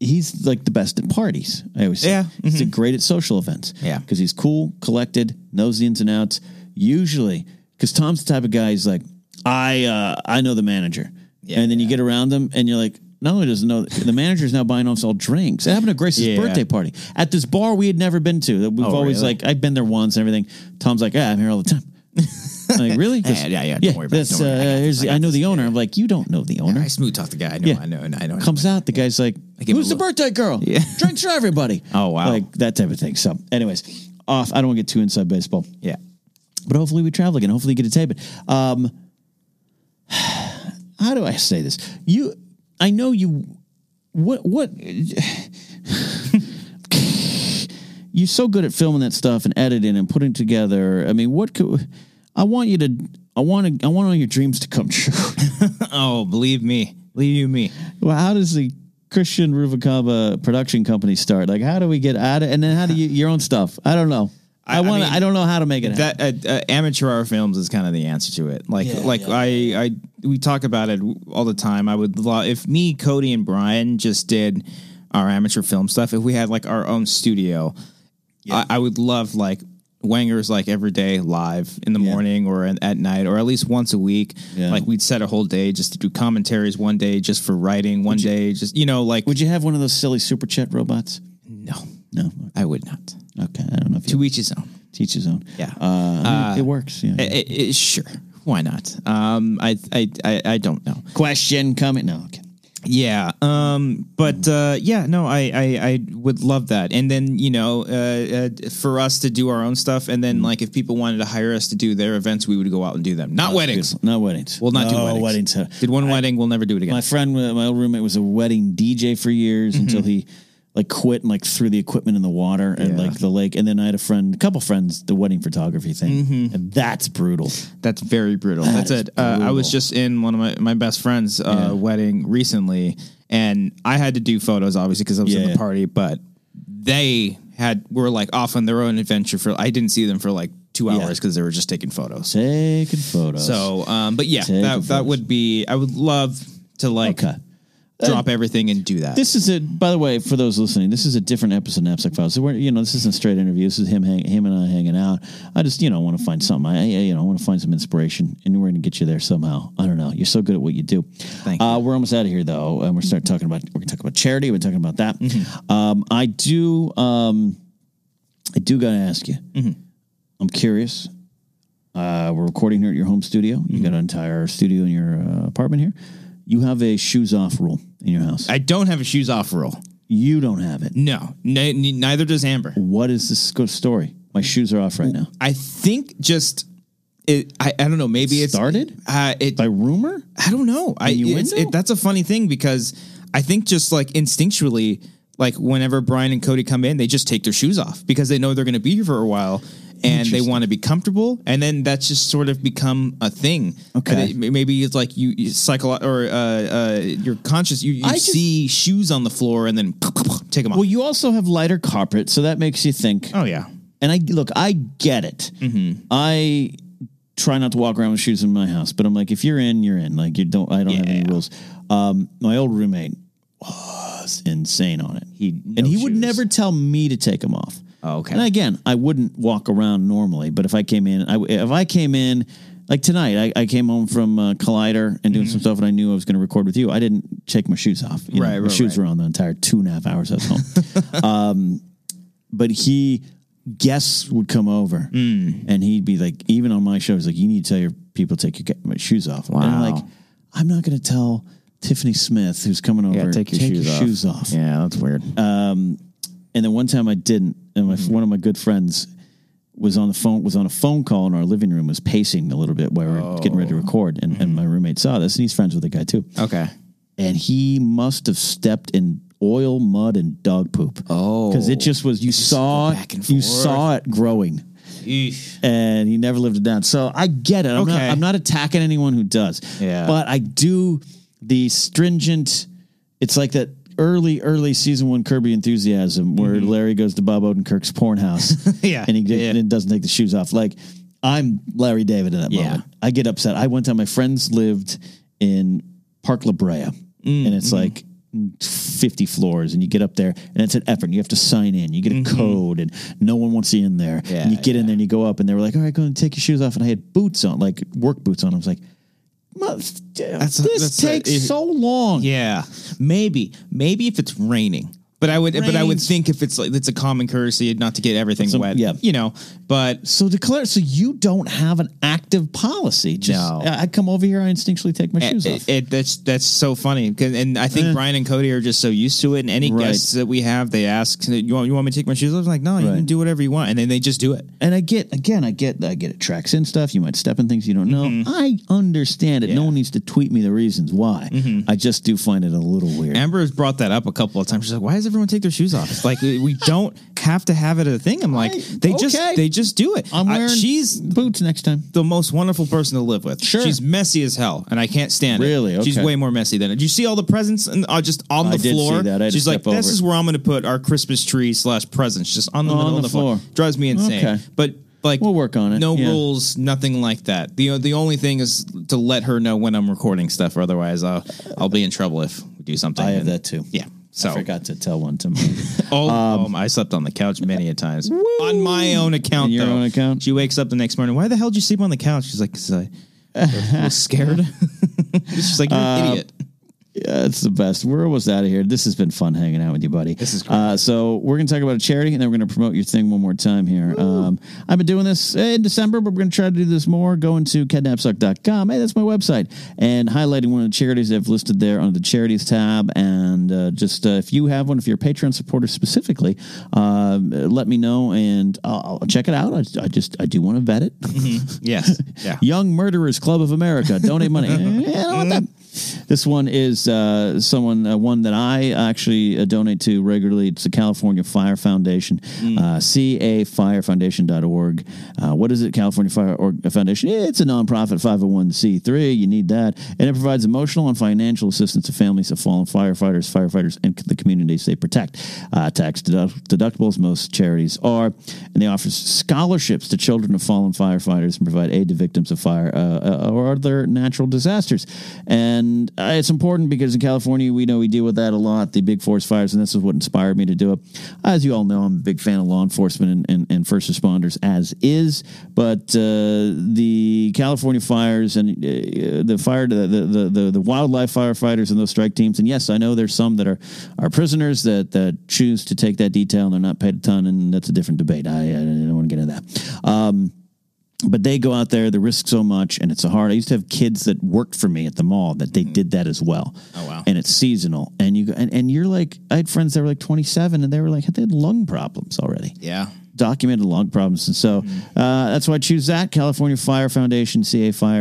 Speaker 1: he's like the best at parties. I always say.
Speaker 2: Yeah. mm-hmm.
Speaker 1: He's the great at social events.
Speaker 2: Yeah.
Speaker 1: Because he's cool, collected, knows the ins and outs. Usually, because Tom's the type of guy he's like, I uh, I know the manager.
Speaker 2: Yeah.
Speaker 1: and then you get around him and you're like, not only doesn't know the manager's now buying us all drinks. It happened at Grace's
Speaker 2: Yeah.
Speaker 1: birthday party at this bar we had never been to. That we've
Speaker 2: Oh,
Speaker 1: always
Speaker 2: really?
Speaker 1: like I've been there once and everything. Tom's like, yeah, I'm here all the time. I'm like really?
Speaker 2: Yeah, yeah, yeah, don't worry about it,
Speaker 1: that's,
Speaker 2: don't worry, I
Speaker 1: uh,
Speaker 2: got this,
Speaker 1: here's-
Speaker 2: I got
Speaker 1: I know
Speaker 2: this,
Speaker 1: the owner. I'm like, you don't know the owner
Speaker 2: I smooth talk the guy. I know.
Speaker 1: Yeah.
Speaker 2: I know. I know.
Speaker 1: comes out, the guy's like,
Speaker 2: give
Speaker 1: "Who's
Speaker 2: him
Speaker 1: the
Speaker 2: a
Speaker 1: birthday girl? Drinks for everybody."
Speaker 2: Oh, wow.
Speaker 1: like that type of thing. So, anyways, off. I don't want to get too inside baseball,
Speaker 2: Yeah.
Speaker 1: but hopefully we travel again. Hopefully you get to tape it. Um, how do I say this? You, I know you. What what? You're so good at filming that stuff and editing and putting together. I mean, what could I want you to? I want to. I want all your dreams to come true.
Speaker 2: Oh, believe me. Believe you me.
Speaker 1: Well, how does the Christian Rubicaba production company start? Like, how do we get out of and then how do you your own stuff? I don't know. I,
Speaker 2: I
Speaker 1: want. to
Speaker 2: mean,
Speaker 1: I don't know how to make it. happen.
Speaker 2: That uh, uh, amateur hour films is kind of the answer to it. Like, like I, I, we talk about it all the time. I would love if me, Cody, and Brian just did our amateur film stuff. If we had like our own studio, I, I would love like wangers like every day live in the morning or in, at night or at least once a week.
Speaker 1: Yeah.
Speaker 2: Like we'd set a whole day just to do commentaries. One day just for writing. One day just you know like
Speaker 1: Would you have one of those silly super chat robots?
Speaker 2: no,
Speaker 1: No.
Speaker 2: I would not.
Speaker 1: Okay. I don't know if you
Speaker 2: To each his own.
Speaker 1: teach his own.
Speaker 2: Yeah.
Speaker 1: Uh, I mean, it works. Yeah.
Speaker 2: I- I- I- sure. Why not? Um, I, I, I, I don't know.
Speaker 1: Question comment. No. Okay.
Speaker 2: Yeah. Um, but uh, yeah, no, I, I, I would love that. And then, you know, uh, uh, for us to do our own stuff. And then, like, if people wanted to hire us to do their events, we would go out and do them. Not weddings.
Speaker 1: Not weddings.
Speaker 2: We'll not
Speaker 1: No
Speaker 2: do weddings.
Speaker 1: weddings. Uh,
Speaker 2: Did one wedding, we'll never do it again.
Speaker 1: My friend, uh, my old roommate, was a wedding DJ for years
Speaker 2: Mm-hmm.
Speaker 1: until he like quit and like threw the equipment in the water and
Speaker 2: Yeah.
Speaker 1: like the lake. And then I had a friend, a couple friends, the wedding photography thing,
Speaker 2: Mm-hmm.
Speaker 1: and that's brutal.
Speaker 2: That's very brutal. That's
Speaker 1: is
Speaker 2: it. Uh, I was
Speaker 1: brutal.
Speaker 2: just in one of my, my best friend's uh, wedding recently, and I had to do photos obviously because I was
Speaker 1: Yeah,
Speaker 2: in
Speaker 1: yeah.
Speaker 2: the party, but they had were like off on their own adventure for. I didn't see them for like two hours because they were just taking photos.
Speaker 1: Taking photos.
Speaker 2: So, um, but yeah,
Speaker 1: Taking
Speaker 2: that that
Speaker 1: photos.
Speaker 2: would be. I would love to like
Speaker 1: Okay. Uh,
Speaker 2: drop everything and do that.
Speaker 1: This is a. By the way, for those listening, this is a different episode of Knapsack Files. So we're, you know, this isn't a straight interview. This is him, hang, him and I hanging out. I just, you know, want to find something. I, I- you know, I want to find some inspiration, and we're going to get you there somehow. I don't know. You're so good at what you do.
Speaker 2: Thank
Speaker 1: Uh, we're almost out of here though, and we're start talking about. We're going to talk about charity. We're talking about that. Um, I do. Um, I do got to ask you. I'm curious. Uh, we're recording here at your home studio. You got an entire studio in your uh, apartment here. You have a shoes off rule in your house.
Speaker 2: I don't have a shoes off rule.
Speaker 1: You don't have it.
Speaker 2: No, ne- ne- neither does Amber.
Speaker 1: What is this sco- story? My shoes are off right now.
Speaker 2: I think just. It, I, I don't know. Maybe it's
Speaker 1: Started?
Speaker 2: Uh, it
Speaker 1: By rumor?
Speaker 2: I don't know. I it's,
Speaker 1: Innuendo?
Speaker 2: it, that's a funny thing because I think just like instinctually, like whenever Brian and Cody come in, they just take their shoes off because they know they're going to be here for a while and they want to be comfortable. And then that's just sort of become a thing.
Speaker 1: Okay.
Speaker 2: And it- may- maybe it's like you, you cycle or uh, uh, you're conscious. You, you
Speaker 1: I just-
Speaker 2: see shoes on the floor and then take them off.
Speaker 1: Well, you also have lighter carpet, so that makes you think.
Speaker 2: oh yeah.
Speaker 1: And I look, I get it.
Speaker 2: Mm-hmm.
Speaker 1: I try not to walk around with shoes in my house, but I'm like, if you're in, you're in. Like you don't. I don't have any
Speaker 2: Yeah.
Speaker 1: rules. Um, my old roommate was insane on it. He and he would
Speaker 2: shoes.
Speaker 1: never tell me to take them off.
Speaker 2: Oh, okay.
Speaker 1: And again, I wouldn't walk around normally, but if I came in, I, if I came in. Like tonight, I, I came home from uh, Collider and doing some stuff, and I knew I was going to record with you. I didn't take my shoes off. you know.
Speaker 2: Mm-hmm. Right,
Speaker 1: my
Speaker 2: right,
Speaker 1: shoes
Speaker 2: right.
Speaker 1: were on the entire two and a half hours I was home but he guests would come over
Speaker 2: Mm.
Speaker 1: and he'd be like, even on my show, he's like, you need to tell your people to take your ca- my shoes off. And I'm
Speaker 2: Wow.
Speaker 1: like, I'm not going to tell Tiffany Smith who's coming over.
Speaker 2: Yeah, take your shoes off. Uh,
Speaker 1: off.
Speaker 2: Yeah, that's weird.
Speaker 1: And then one time I didn't, and my
Speaker 2: Mm-hmm.
Speaker 1: one of my good friends was on the phone was on a phone call in our living room, was pacing a little bit while we were getting
Speaker 2: Oh.
Speaker 1: ready to record, and, and
Speaker 2: Mm-hmm.
Speaker 1: my roommate saw this, and he's friends with the guy too,
Speaker 2: Okay.
Speaker 1: and he must have stepped in oil, mud, and dog poop. Oh, because it just was you saw
Speaker 2: go back and
Speaker 1: you
Speaker 2: forth.
Speaker 1: saw it growing
Speaker 2: Eesh.
Speaker 1: and he never lived it down. So I get it. I'm, not,
Speaker 2: Okay.
Speaker 1: I'm not attacking anyone who does.
Speaker 2: Yeah.
Speaker 1: But I do the stringent, it's like that early, early season one Kirby enthusiasm where Larry goes to Bob Odenkirk's porn house
Speaker 2: Mm-hmm. Yeah.
Speaker 1: and he
Speaker 2: Yeah.
Speaker 1: and doesn't take the shoes off. Like I'm Larry David in that
Speaker 2: Yeah.
Speaker 1: moment. I get upset. I one time my friends lived in Park La Brea,
Speaker 2: Mm,
Speaker 1: and
Speaker 2: mm-hmm.
Speaker 1: it's like. 50 floors and you get up there and it's an effort and you have to sign in you get a
Speaker 2: Mm-hmm.
Speaker 1: code and no one wants you in there
Speaker 2: Yeah,
Speaker 1: and you get in there and you go up and they were like all right go and take your shoes off and I had boots on like work boots on I was like "Mother-
Speaker 2: That's a-
Speaker 1: this
Speaker 2: that's a-
Speaker 1: takes
Speaker 2: it-
Speaker 1: so long
Speaker 2: Yeah, maybe, maybe if it's raining. But I would, but I would
Speaker 1: Rains.
Speaker 2: think if it's like it's a common courtesy not to get everything
Speaker 1: Some-
Speaker 2: wet.
Speaker 1: yeah.
Speaker 2: you know. But
Speaker 1: so declare so you don't have an active policy just
Speaker 2: No. Eh,
Speaker 1: I I come over here I instinctually take my shoes off Eh.
Speaker 2: it, it- that's that's so funny 'Cause- and I think Brian and Cody are just so used to it. And any
Speaker 1: Right.
Speaker 2: guests that we have, they ask, "You want you want me to take my shoes off?" I'm like, no, you
Speaker 1: Right.
Speaker 2: can do whatever you want, and then they just do it.
Speaker 1: And I get again, I get I get it tracks in stuff. You might step in things you don't know. I understand it. No
Speaker 2: Mm-hmm. Yeah. Mm-hmm.
Speaker 1: one needs to tweet me the reasons why. I just do find it a little weird.
Speaker 2: Amber has brought that up a couple of times. She's like, "Why does everyone take their shoes off?" It's like we we don't have to have it a thing. I'm like,
Speaker 1: Right.
Speaker 2: they just
Speaker 1: Okay.
Speaker 2: they just do it.
Speaker 1: I'm
Speaker 2: I-
Speaker 1: wearing
Speaker 2: she's
Speaker 1: boots next time.
Speaker 2: the most wonderful person to live with.
Speaker 1: Sure.
Speaker 2: she's messy as hell, and I can't stand
Speaker 1: Really?
Speaker 2: it. she's
Speaker 1: Okay.
Speaker 2: way more messy than it. Do you see all the presents and uh, just on
Speaker 1: I
Speaker 2: the
Speaker 1: did see
Speaker 2: floor?
Speaker 1: that. I had to
Speaker 2: she's like,
Speaker 1: step over
Speaker 2: this
Speaker 1: it.
Speaker 2: is where I'm going to put our Christmas tree slash presents, just on the
Speaker 1: On
Speaker 2: middle
Speaker 1: the
Speaker 2: of the floor.
Speaker 1: floor.
Speaker 2: Drives me insane.
Speaker 1: Okay.
Speaker 2: But like,
Speaker 1: We'll work on it.
Speaker 2: No
Speaker 1: Yeah.
Speaker 2: rules, nothing like that. the uh, The only thing is to let her know when I'm recording stuff, or otherwise I'll I'll be in trouble if we do something.
Speaker 1: I have
Speaker 2: And-
Speaker 1: that too.
Speaker 2: Yeah. So
Speaker 1: I forgot to tell one to me.
Speaker 2: Oh, um, I slept on the couch many a times on my own account.
Speaker 1: On your
Speaker 2: though.
Speaker 1: own account?
Speaker 2: She wakes up the next morning. Why the hell did you sleep on the couch? She's like, 'Cause I was scared. She's like, you're an
Speaker 1: Uh,
Speaker 2: idiot.
Speaker 1: yeah, it's the best. We're almost out of here. This has been fun hanging out with you, buddy. This
Speaker 2: is great.
Speaker 1: uh, so we're gonna talk about a charity, and then we're gonna promote your thing one more time here. Um, I've been doing this eh, in December, but we're gonna try to do this more. Going to kidnapsuck.com. Hey, that's my website, and highlighting one of the charities I've listed there under the charities tab. And uh, just uh, if you have one, if you're a Patreon supporter specifically, uh, let me know, and I'll, I'll check it out. I, I just I do want to vet it.
Speaker 2: Yes. Yeah.
Speaker 1: Young Murderers Club of America. Donate money. Eh, I don't want that. This one is uh, someone uh, one that I actually uh, donate to regularly. It's the California Fire Foundation, uh, cafirefoundation.org. Uh, what is it, California Fire Org- Foundation? It's a nonprofit 501c3. You need that. And it provides emotional and financial assistance to families of fallen firefighters, firefighters, and the communities they protect. Uh, tax deduct- deductible, as most charities are. And they offer scholarships to children of fallen firefighters and provide aid to victims of fire uh, uh, or other natural disasters. And uh, it's important because in California, we know we deal with that a lot, the big forest fires, and this is what inspired me to do it. As you all know, I'm a big fan of law enforcement and, and, and first responders as is, but uh, the California fires and uh, the fire, the, the, the, the, the wildlife firefighters and those strike teams, and yes, I know there's some that are, are prisoners that, that choose to take that detail and they're not paid a ton, and that's a different debate. I, I don't want to get into that. Um, but they go out there, they risk so much, and it's a hard. I used to have kids that worked for me at the mall that they did that as well.
Speaker 2: Mm-hmm. Oh, wow.
Speaker 1: And it's seasonal, and you go, and, and you're like, I had friends that were like 27, and they were like, they had lung problems already
Speaker 2: Yeah.
Speaker 1: documented lung problems. And so
Speaker 2: Mm-hmm.
Speaker 1: uh, that's why I choose that. California Fire Foundation,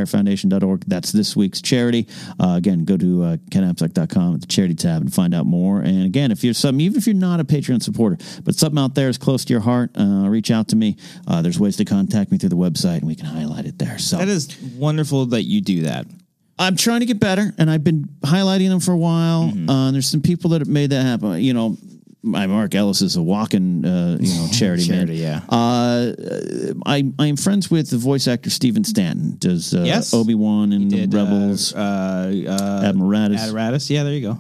Speaker 1: cafirefoundation.org. That's this week's charity. Uh, again, go to uh, kenapsec.com at the charity tab and find out more. And again, if you're something, even if you're not a Patreon supporter, but something out there is close to your heart, uh, reach out to me. Uh, there's ways to contact me through the website and we can highlight it there. So
Speaker 2: That is wonderful that you do that.
Speaker 1: I'm trying to get better, and I've been highlighting them for a while.
Speaker 2: Mm-hmm.
Speaker 1: Uh, and there's some people that have made that happen. You know, my Mark Ellis is a walking, uh, you know, charity,
Speaker 2: Charity,
Speaker 1: man.
Speaker 2: yeah.
Speaker 1: Uh, I I am friends with the voice actor Steven Stanton. Does uh,
Speaker 2: Yes.
Speaker 1: Obi Wan and the
Speaker 2: Did, uh,
Speaker 1: Rebels,
Speaker 2: uh, uh,
Speaker 1: Admiratus,
Speaker 2: Adaratus. Yeah, there you go.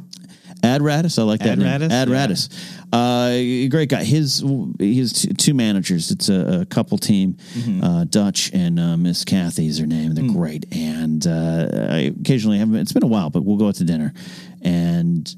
Speaker 1: Ad Radis. I like that name.
Speaker 2: Ad
Speaker 1: Ad
Speaker 2: Radis,
Speaker 1: Radis. Uh, great guy. His his t- two managers. It's a, a couple team,
Speaker 2: Mm-hmm.
Speaker 1: uh, Dutch and uh, Miss Kathy is her name.
Speaker 2: Mm.
Speaker 1: They're great. And uh, I occasionally have. It's been a while, but we'll go out to dinner, and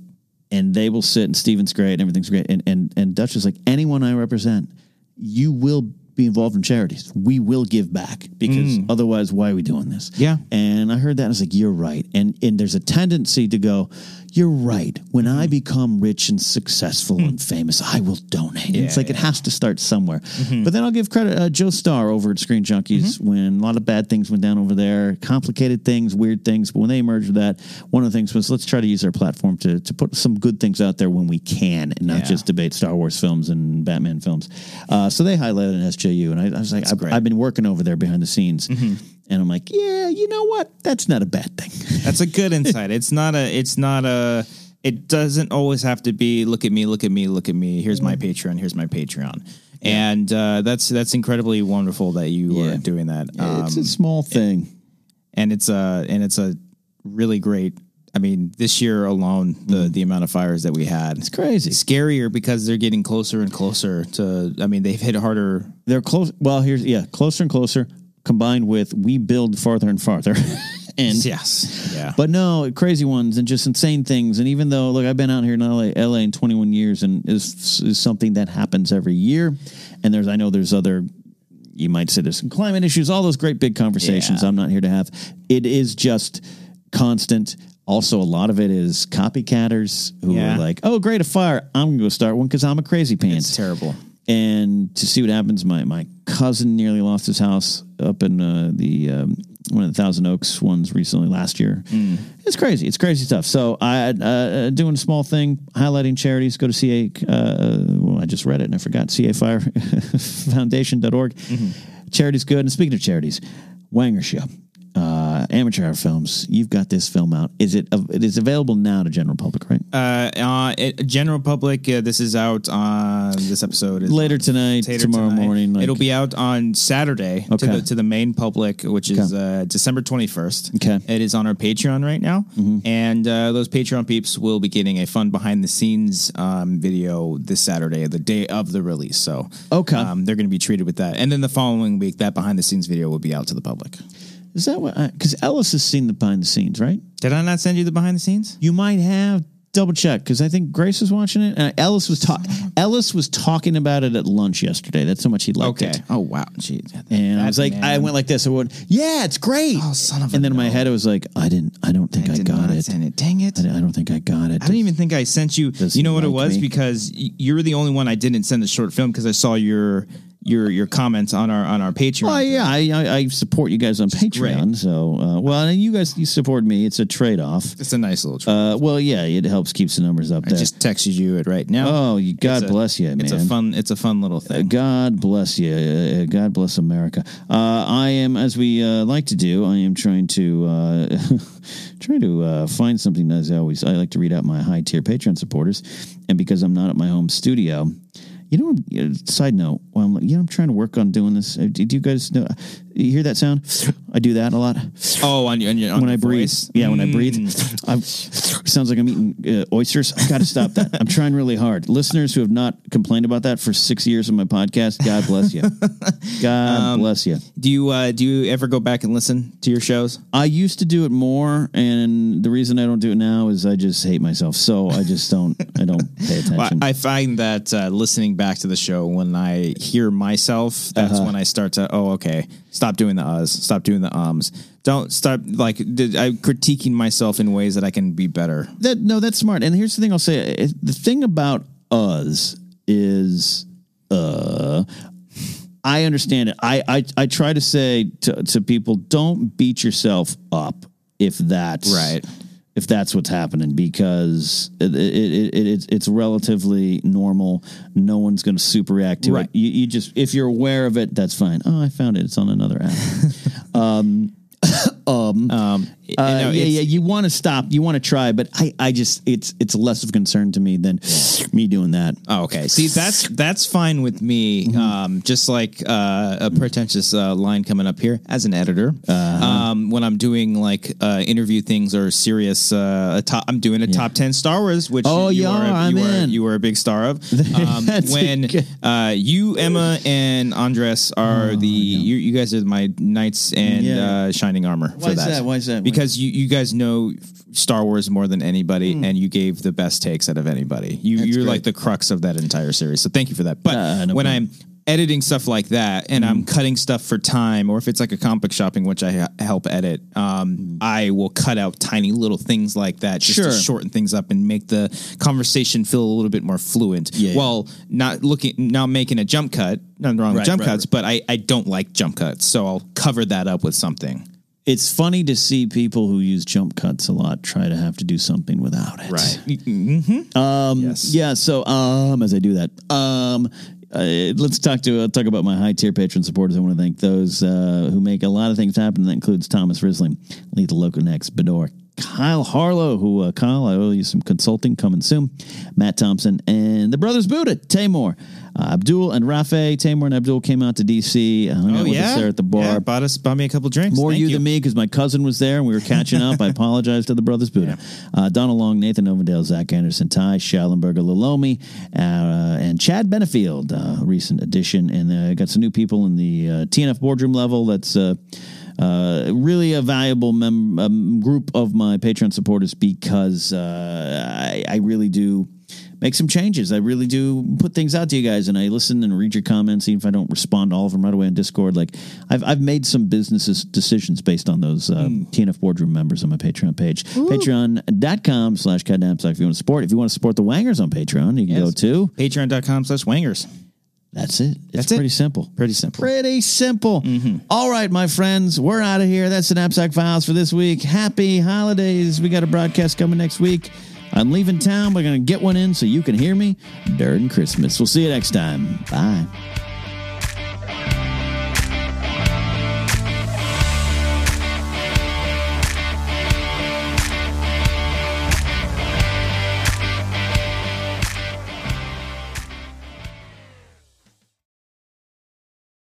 Speaker 1: and they will sit. And Steven's great. And everything's great. And and and Dutch is like anyone I represent. You will be involved in charities. We will give back because otherwise, why are we doing this?
Speaker 2: Mm. Yeah.
Speaker 1: And I heard that and I was like, you're right. And and there's a tendency to go, you're right. When I become rich and successful and famous, I will donate. And it's like it has to start somewhere.
Speaker 2: Mm-hmm.
Speaker 1: But then I'll give credit uh, Joe Starr over at Screen Junkies when a lot of bad things went down over there, complicated things, weird things. But when they emerged with that, one of the things was let's try to use our platform to, to put some good things out there when we can and not
Speaker 2: Yeah.
Speaker 1: just debate Star Wars films and Batman films. Uh, so they highlighted an SJU. And I, I was like, I've, I've been working over there behind the scenes.
Speaker 2: Mm-hmm.
Speaker 1: And I'm like, yeah, you know what? That's not a bad thing.
Speaker 2: That's a good insight. It's not a. It's not a. It doesn't always have to be. Look at me. Look at me. Look at me. Here's my Patreon. Here's my Patreon. And uh, that's that's incredibly wonderful that you
Speaker 1: Yeah.
Speaker 2: are doing that. Um,
Speaker 1: it's a small thing.
Speaker 2: and it's a and it's a really great. I mean, this year alone, the the amount of fires that we had. Mm-hmm. It's
Speaker 1: crazy.
Speaker 2: Scarier because they're getting closer and closer to. I mean, they've hit harder.
Speaker 1: They're close. Well, here's yeah, closer and closer. Combined with we build farther and farther, and
Speaker 2: Yes. Yeah.
Speaker 1: but no crazy ones and just insane things. And even though look, I've been out here in LA, LA in 21 years, and is is something that happens every year. And there's I know there's other. You might say there's some climate issues, all those great big conversations I'm not here to have. It is just constant. Also, a lot of it is copycatters who
Speaker 2: Yeah.
Speaker 1: are like, oh, great, a fire. I'm going to go start one because I'm a crazy pants
Speaker 2: it's terrible.
Speaker 1: and to see what happens. My my cousin nearly lost his house up in uh, the um, one of the Thousand Oaks ones recently last year.
Speaker 2: Hmm.
Speaker 1: It's crazy. It's crazy stuff. So I uh, doing a small thing, highlighting charities. Go to CA. Uh, well, I just read it and I forgot. CAFireFoundation.org.
Speaker 2: Mm-hmm.
Speaker 1: Charity's good. And speaking of charities, Wanger Show. Uh, amateur hour films. You've got this film out. Is it? av- It is available now to general public, right?
Speaker 2: Uh, uh, it, general public, uh, this is out on this episode. Is
Speaker 1: Later tonight,
Speaker 2: later
Speaker 1: tomorrow
Speaker 2: tonight.
Speaker 1: morning. like-
Speaker 2: It'll be out on Saturday
Speaker 1: Okay.
Speaker 2: to, the, to the main public, which is uh, December 21st.
Speaker 1: Okay. Mm-hmm.
Speaker 2: It is on our Patreon right now. And uh, those Patreon peeps will be getting a fun behind the scenes um, video this Saturday, the day of the release. So
Speaker 1: Okay.
Speaker 2: um, they're going to be treated with that. And then the following week, that behind the scenes video will be out to the public.
Speaker 1: Is that what? Because Ellis has seen the behind the scenes, right?
Speaker 2: Did I not send you the behind the scenes?
Speaker 1: You might have double check because I think Grace was watching it. And Ellis was ta- Ellis was talking about it at lunch yesterday. That's how much he liked
Speaker 2: Okay.
Speaker 1: it.
Speaker 2: Oh, wow. Jeez.
Speaker 1: And I was
Speaker 2: That
Speaker 1: like, I
Speaker 2: man.
Speaker 1: went like this. I went, yeah, it's great.
Speaker 2: Oh, son of a
Speaker 1: And then in my
Speaker 2: no.
Speaker 1: head, I was like, I didn't. I don't think I,
Speaker 2: did
Speaker 1: got
Speaker 2: not
Speaker 1: it.
Speaker 2: send it. Dang it.
Speaker 1: I don't- I don't think I got it.
Speaker 2: I don't even think I sent you.
Speaker 1: Does
Speaker 2: you
Speaker 1: he
Speaker 2: know what it
Speaker 1: like
Speaker 2: was
Speaker 1: me?
Speaker 2: because y- you were the only one I didn't send the short film because I saw your your your comments on our on our Patreon.
Speaker 1: Oh yeah, I, I I support you guys on Patreon. So uh, well, and you guys you support me. It's a trade off.
Speaker 2: It's a nice little. Trip.
Speaker 1: Uh, well, yeah, it helps keeps the numbers up
Speaker 2: I
Speaker 1: there.
Speaker 2: just texted you it right now.
Speaker 1: oh, you, God
Speaker 2: a-
Speaker 1: bless you, man.
Speaker 2: it's a fun it's a fun little thing.
Speaker 1: Uh, God bless you. Uh, God bless America. Uh, I am, as we uh, like to do, I am trying to uh, try to uh, find something. As I always, I like to read out my high tier Patreon supporters, and because I'm not at my home studio, you know. uh, Side note, well, I'm, you know, I'm trying to work on doing this. Uh, Do do you guys know? You hear that sound? I do that a lot
Speaker 2: Oh, on your on your on
Speaker 1: when
Speaker 2: your
Speaker 1: I breathe.
Speaker 2: voice? Hmm.
Speaker 1: Yeah, when I breathe, I'm, sounds like I'm eating uh, oysters. I've got to stop that. I'm trying really hard. Listeners who have not complained about that for six years of my podcast, God bless you. God
Speaker 2: Um,
Speaker 1: bless you.
Speaker 2: Do you uh, do you ever go back and listen to your shows?
Speaker 1: I used to do it more, and the reason I don't do it now is I just hate myself. So I just don't. I don't pay
Speaker 2: Well,
Speaker 1: attention.
Speaker 2: I find that uh, listening back to the show when I hear myself, that's when I start to oh okay, stop doing the uhs, stop doing the ums, don't start like did, I critiquing myself in ways that I can be better.
Speaker 1: that no, that's smart. And here's the thing I'll say: Uh, the thing about us is, uh, I understand it. I I, I try to say to, to people, don't beat yourself up if that's
Speaker 2: Right.
Speaker 1: If that's what's happening, because it, it, it, it, it's it's relatively normal. No one's going to super react to
Speaker 2: Right.
Speaker 1: it. You, you just if you're aware of it, that's fine. Oh, I found it. It's on another app. Um,
Speaker 2: You
Speaker 1: Uh,
Speaker 2: know,
Speaker 1: yeah,
Speaker 2: Um, it's-
Speaker 1: yeah. You want to stop. You want to try, but I, I just it's it's less of concern to me than me doing that.
Speaker 2: Oh, okay. See, that's that's fine with me.
Speaker 1: Mm-hmm.
Speaker 2: Um, just like uh, a pretentious uh, line coming up here as an editor,
Speaker 1: Uh-huh.
Speaker 2: um, when I'm doing like uh, interview things or serious, uh, a top, I'm doing a top ten Star Wars, which
Speaker 1: Oh,
Speaker 2: you
Speaker 1: yeah,
Speaker 2: are,
Speaker 1: I'm
Speaker 2: you Are,
Speaker 1: in.
Speaker 2: you are a big star of. Um,
Speaker 1: That's
Speaker 2: when
Speaker 1: a good- Oh,
Speaker 2: uh, you, Emma, and Andres are the you, you guys are my knights and
Speaker 1: Yeah.
Speaker 2: uh, shining armor.
Speaker 1: Why
Speaker 2: for
Speaker 1: is
Speaker 2: that.
Speaker 1: that? Why is that? Why-
Speaker 2: Because you, you guys know Star Wars more than anybody,
Speaker 1: Hmm.
Speaker 2: and you gave the best takes out of anybody. You you're like the crux of that entire series. So thank you for that. But
Speaker 1: Uh, no
Speaker 2: when
Speaker 1: problem. Hmm.
Speaker 2: I'm editing stuff like that and I'm cutting stuff for time, or if it's like a comic book shopping, which I ha- help edit, um, I will cut out tiny little things like that just
Speaker 1: Hmm. Sure.
Speaker 2: to shorten things up and make the conversation feel a little bit more fluent.
Speaker 1: Yeah, yeah.
Speaker 2: while not looking, not making a jump cut, nothing wrong
Speaker 1: Right,
Speaker 2: with jump
Speaker 1: right,
Speaker 2: cuts, but I, I don't like jump cuts. So I'll cover that up with something.
Speaker 1: It's funny to see people who use jump cuts a lot try to have to do something without it.
Speaker 2: Um, yes.
Speaker 1: Yeah. So, um, as I do that, um, uh, let's talk to uh, talk about my high tier patron supporters. I want to thank those uh, who make a lot of things happen. That includes Thomas Risling, Lethal Loco Next, Benor, Kyle Harlow. Who uh, Kyle, I owe you some consulting coming soon. Matt Thompson and the brothers Buddha Tamor, uh, Abdul and Rafe. Tamor and Abdul came out to DC. uh, hung out
Speaker 2: Oh,
Speaker 1: with us
Speaker 2: yeah.
Speaker 1: there at the bar.
Speaker 2: Yeah, bought us, bought me a couple drinks.
Speaker 1: More
Speaker 2: Thank
Speaker 1: you, than me because my cousin was there and we were catching up. I apologize to the brothers Buddha. Uh, Donald Long, Nathan Ovendale, Zach Anderson, Ty Schallenberger, Lalomi, uh, and Chad Benefield, uh, recent addition. And uh, got some new people in the uh, TNF boardroom level. That's uh, uh, really a valuable mem- um, group of my Patreon supporters because uh, I, I really do make some changes. I really do put things out to you guys, and I listen and read your comments, even if I don't respond to all of them right away on Discord. Like I've I've made some business decisions based on those uh, TNF boardroom members on my Patreon page, patreon.com slash cadnapsack. If you want to support, if you want to support the Wangers on Patreon, you can go to.
Speaker 2: Patreon.com slash wangers.
Speaker 1: That's it. It's
Speaker 2: That's it.
Speaker 1: pretty simple.
Speaker 2: Pretty simple. Mm-hmm.
Speaker 1: Pretty simple. All right, my friends, we're out of here. That's the Knapsack Files for this week. Happy holidays. We got a broadcast coming next week. I'm leaving town. We're going to get one in so you can hear me during Christmas. We'll see you next time. Bye.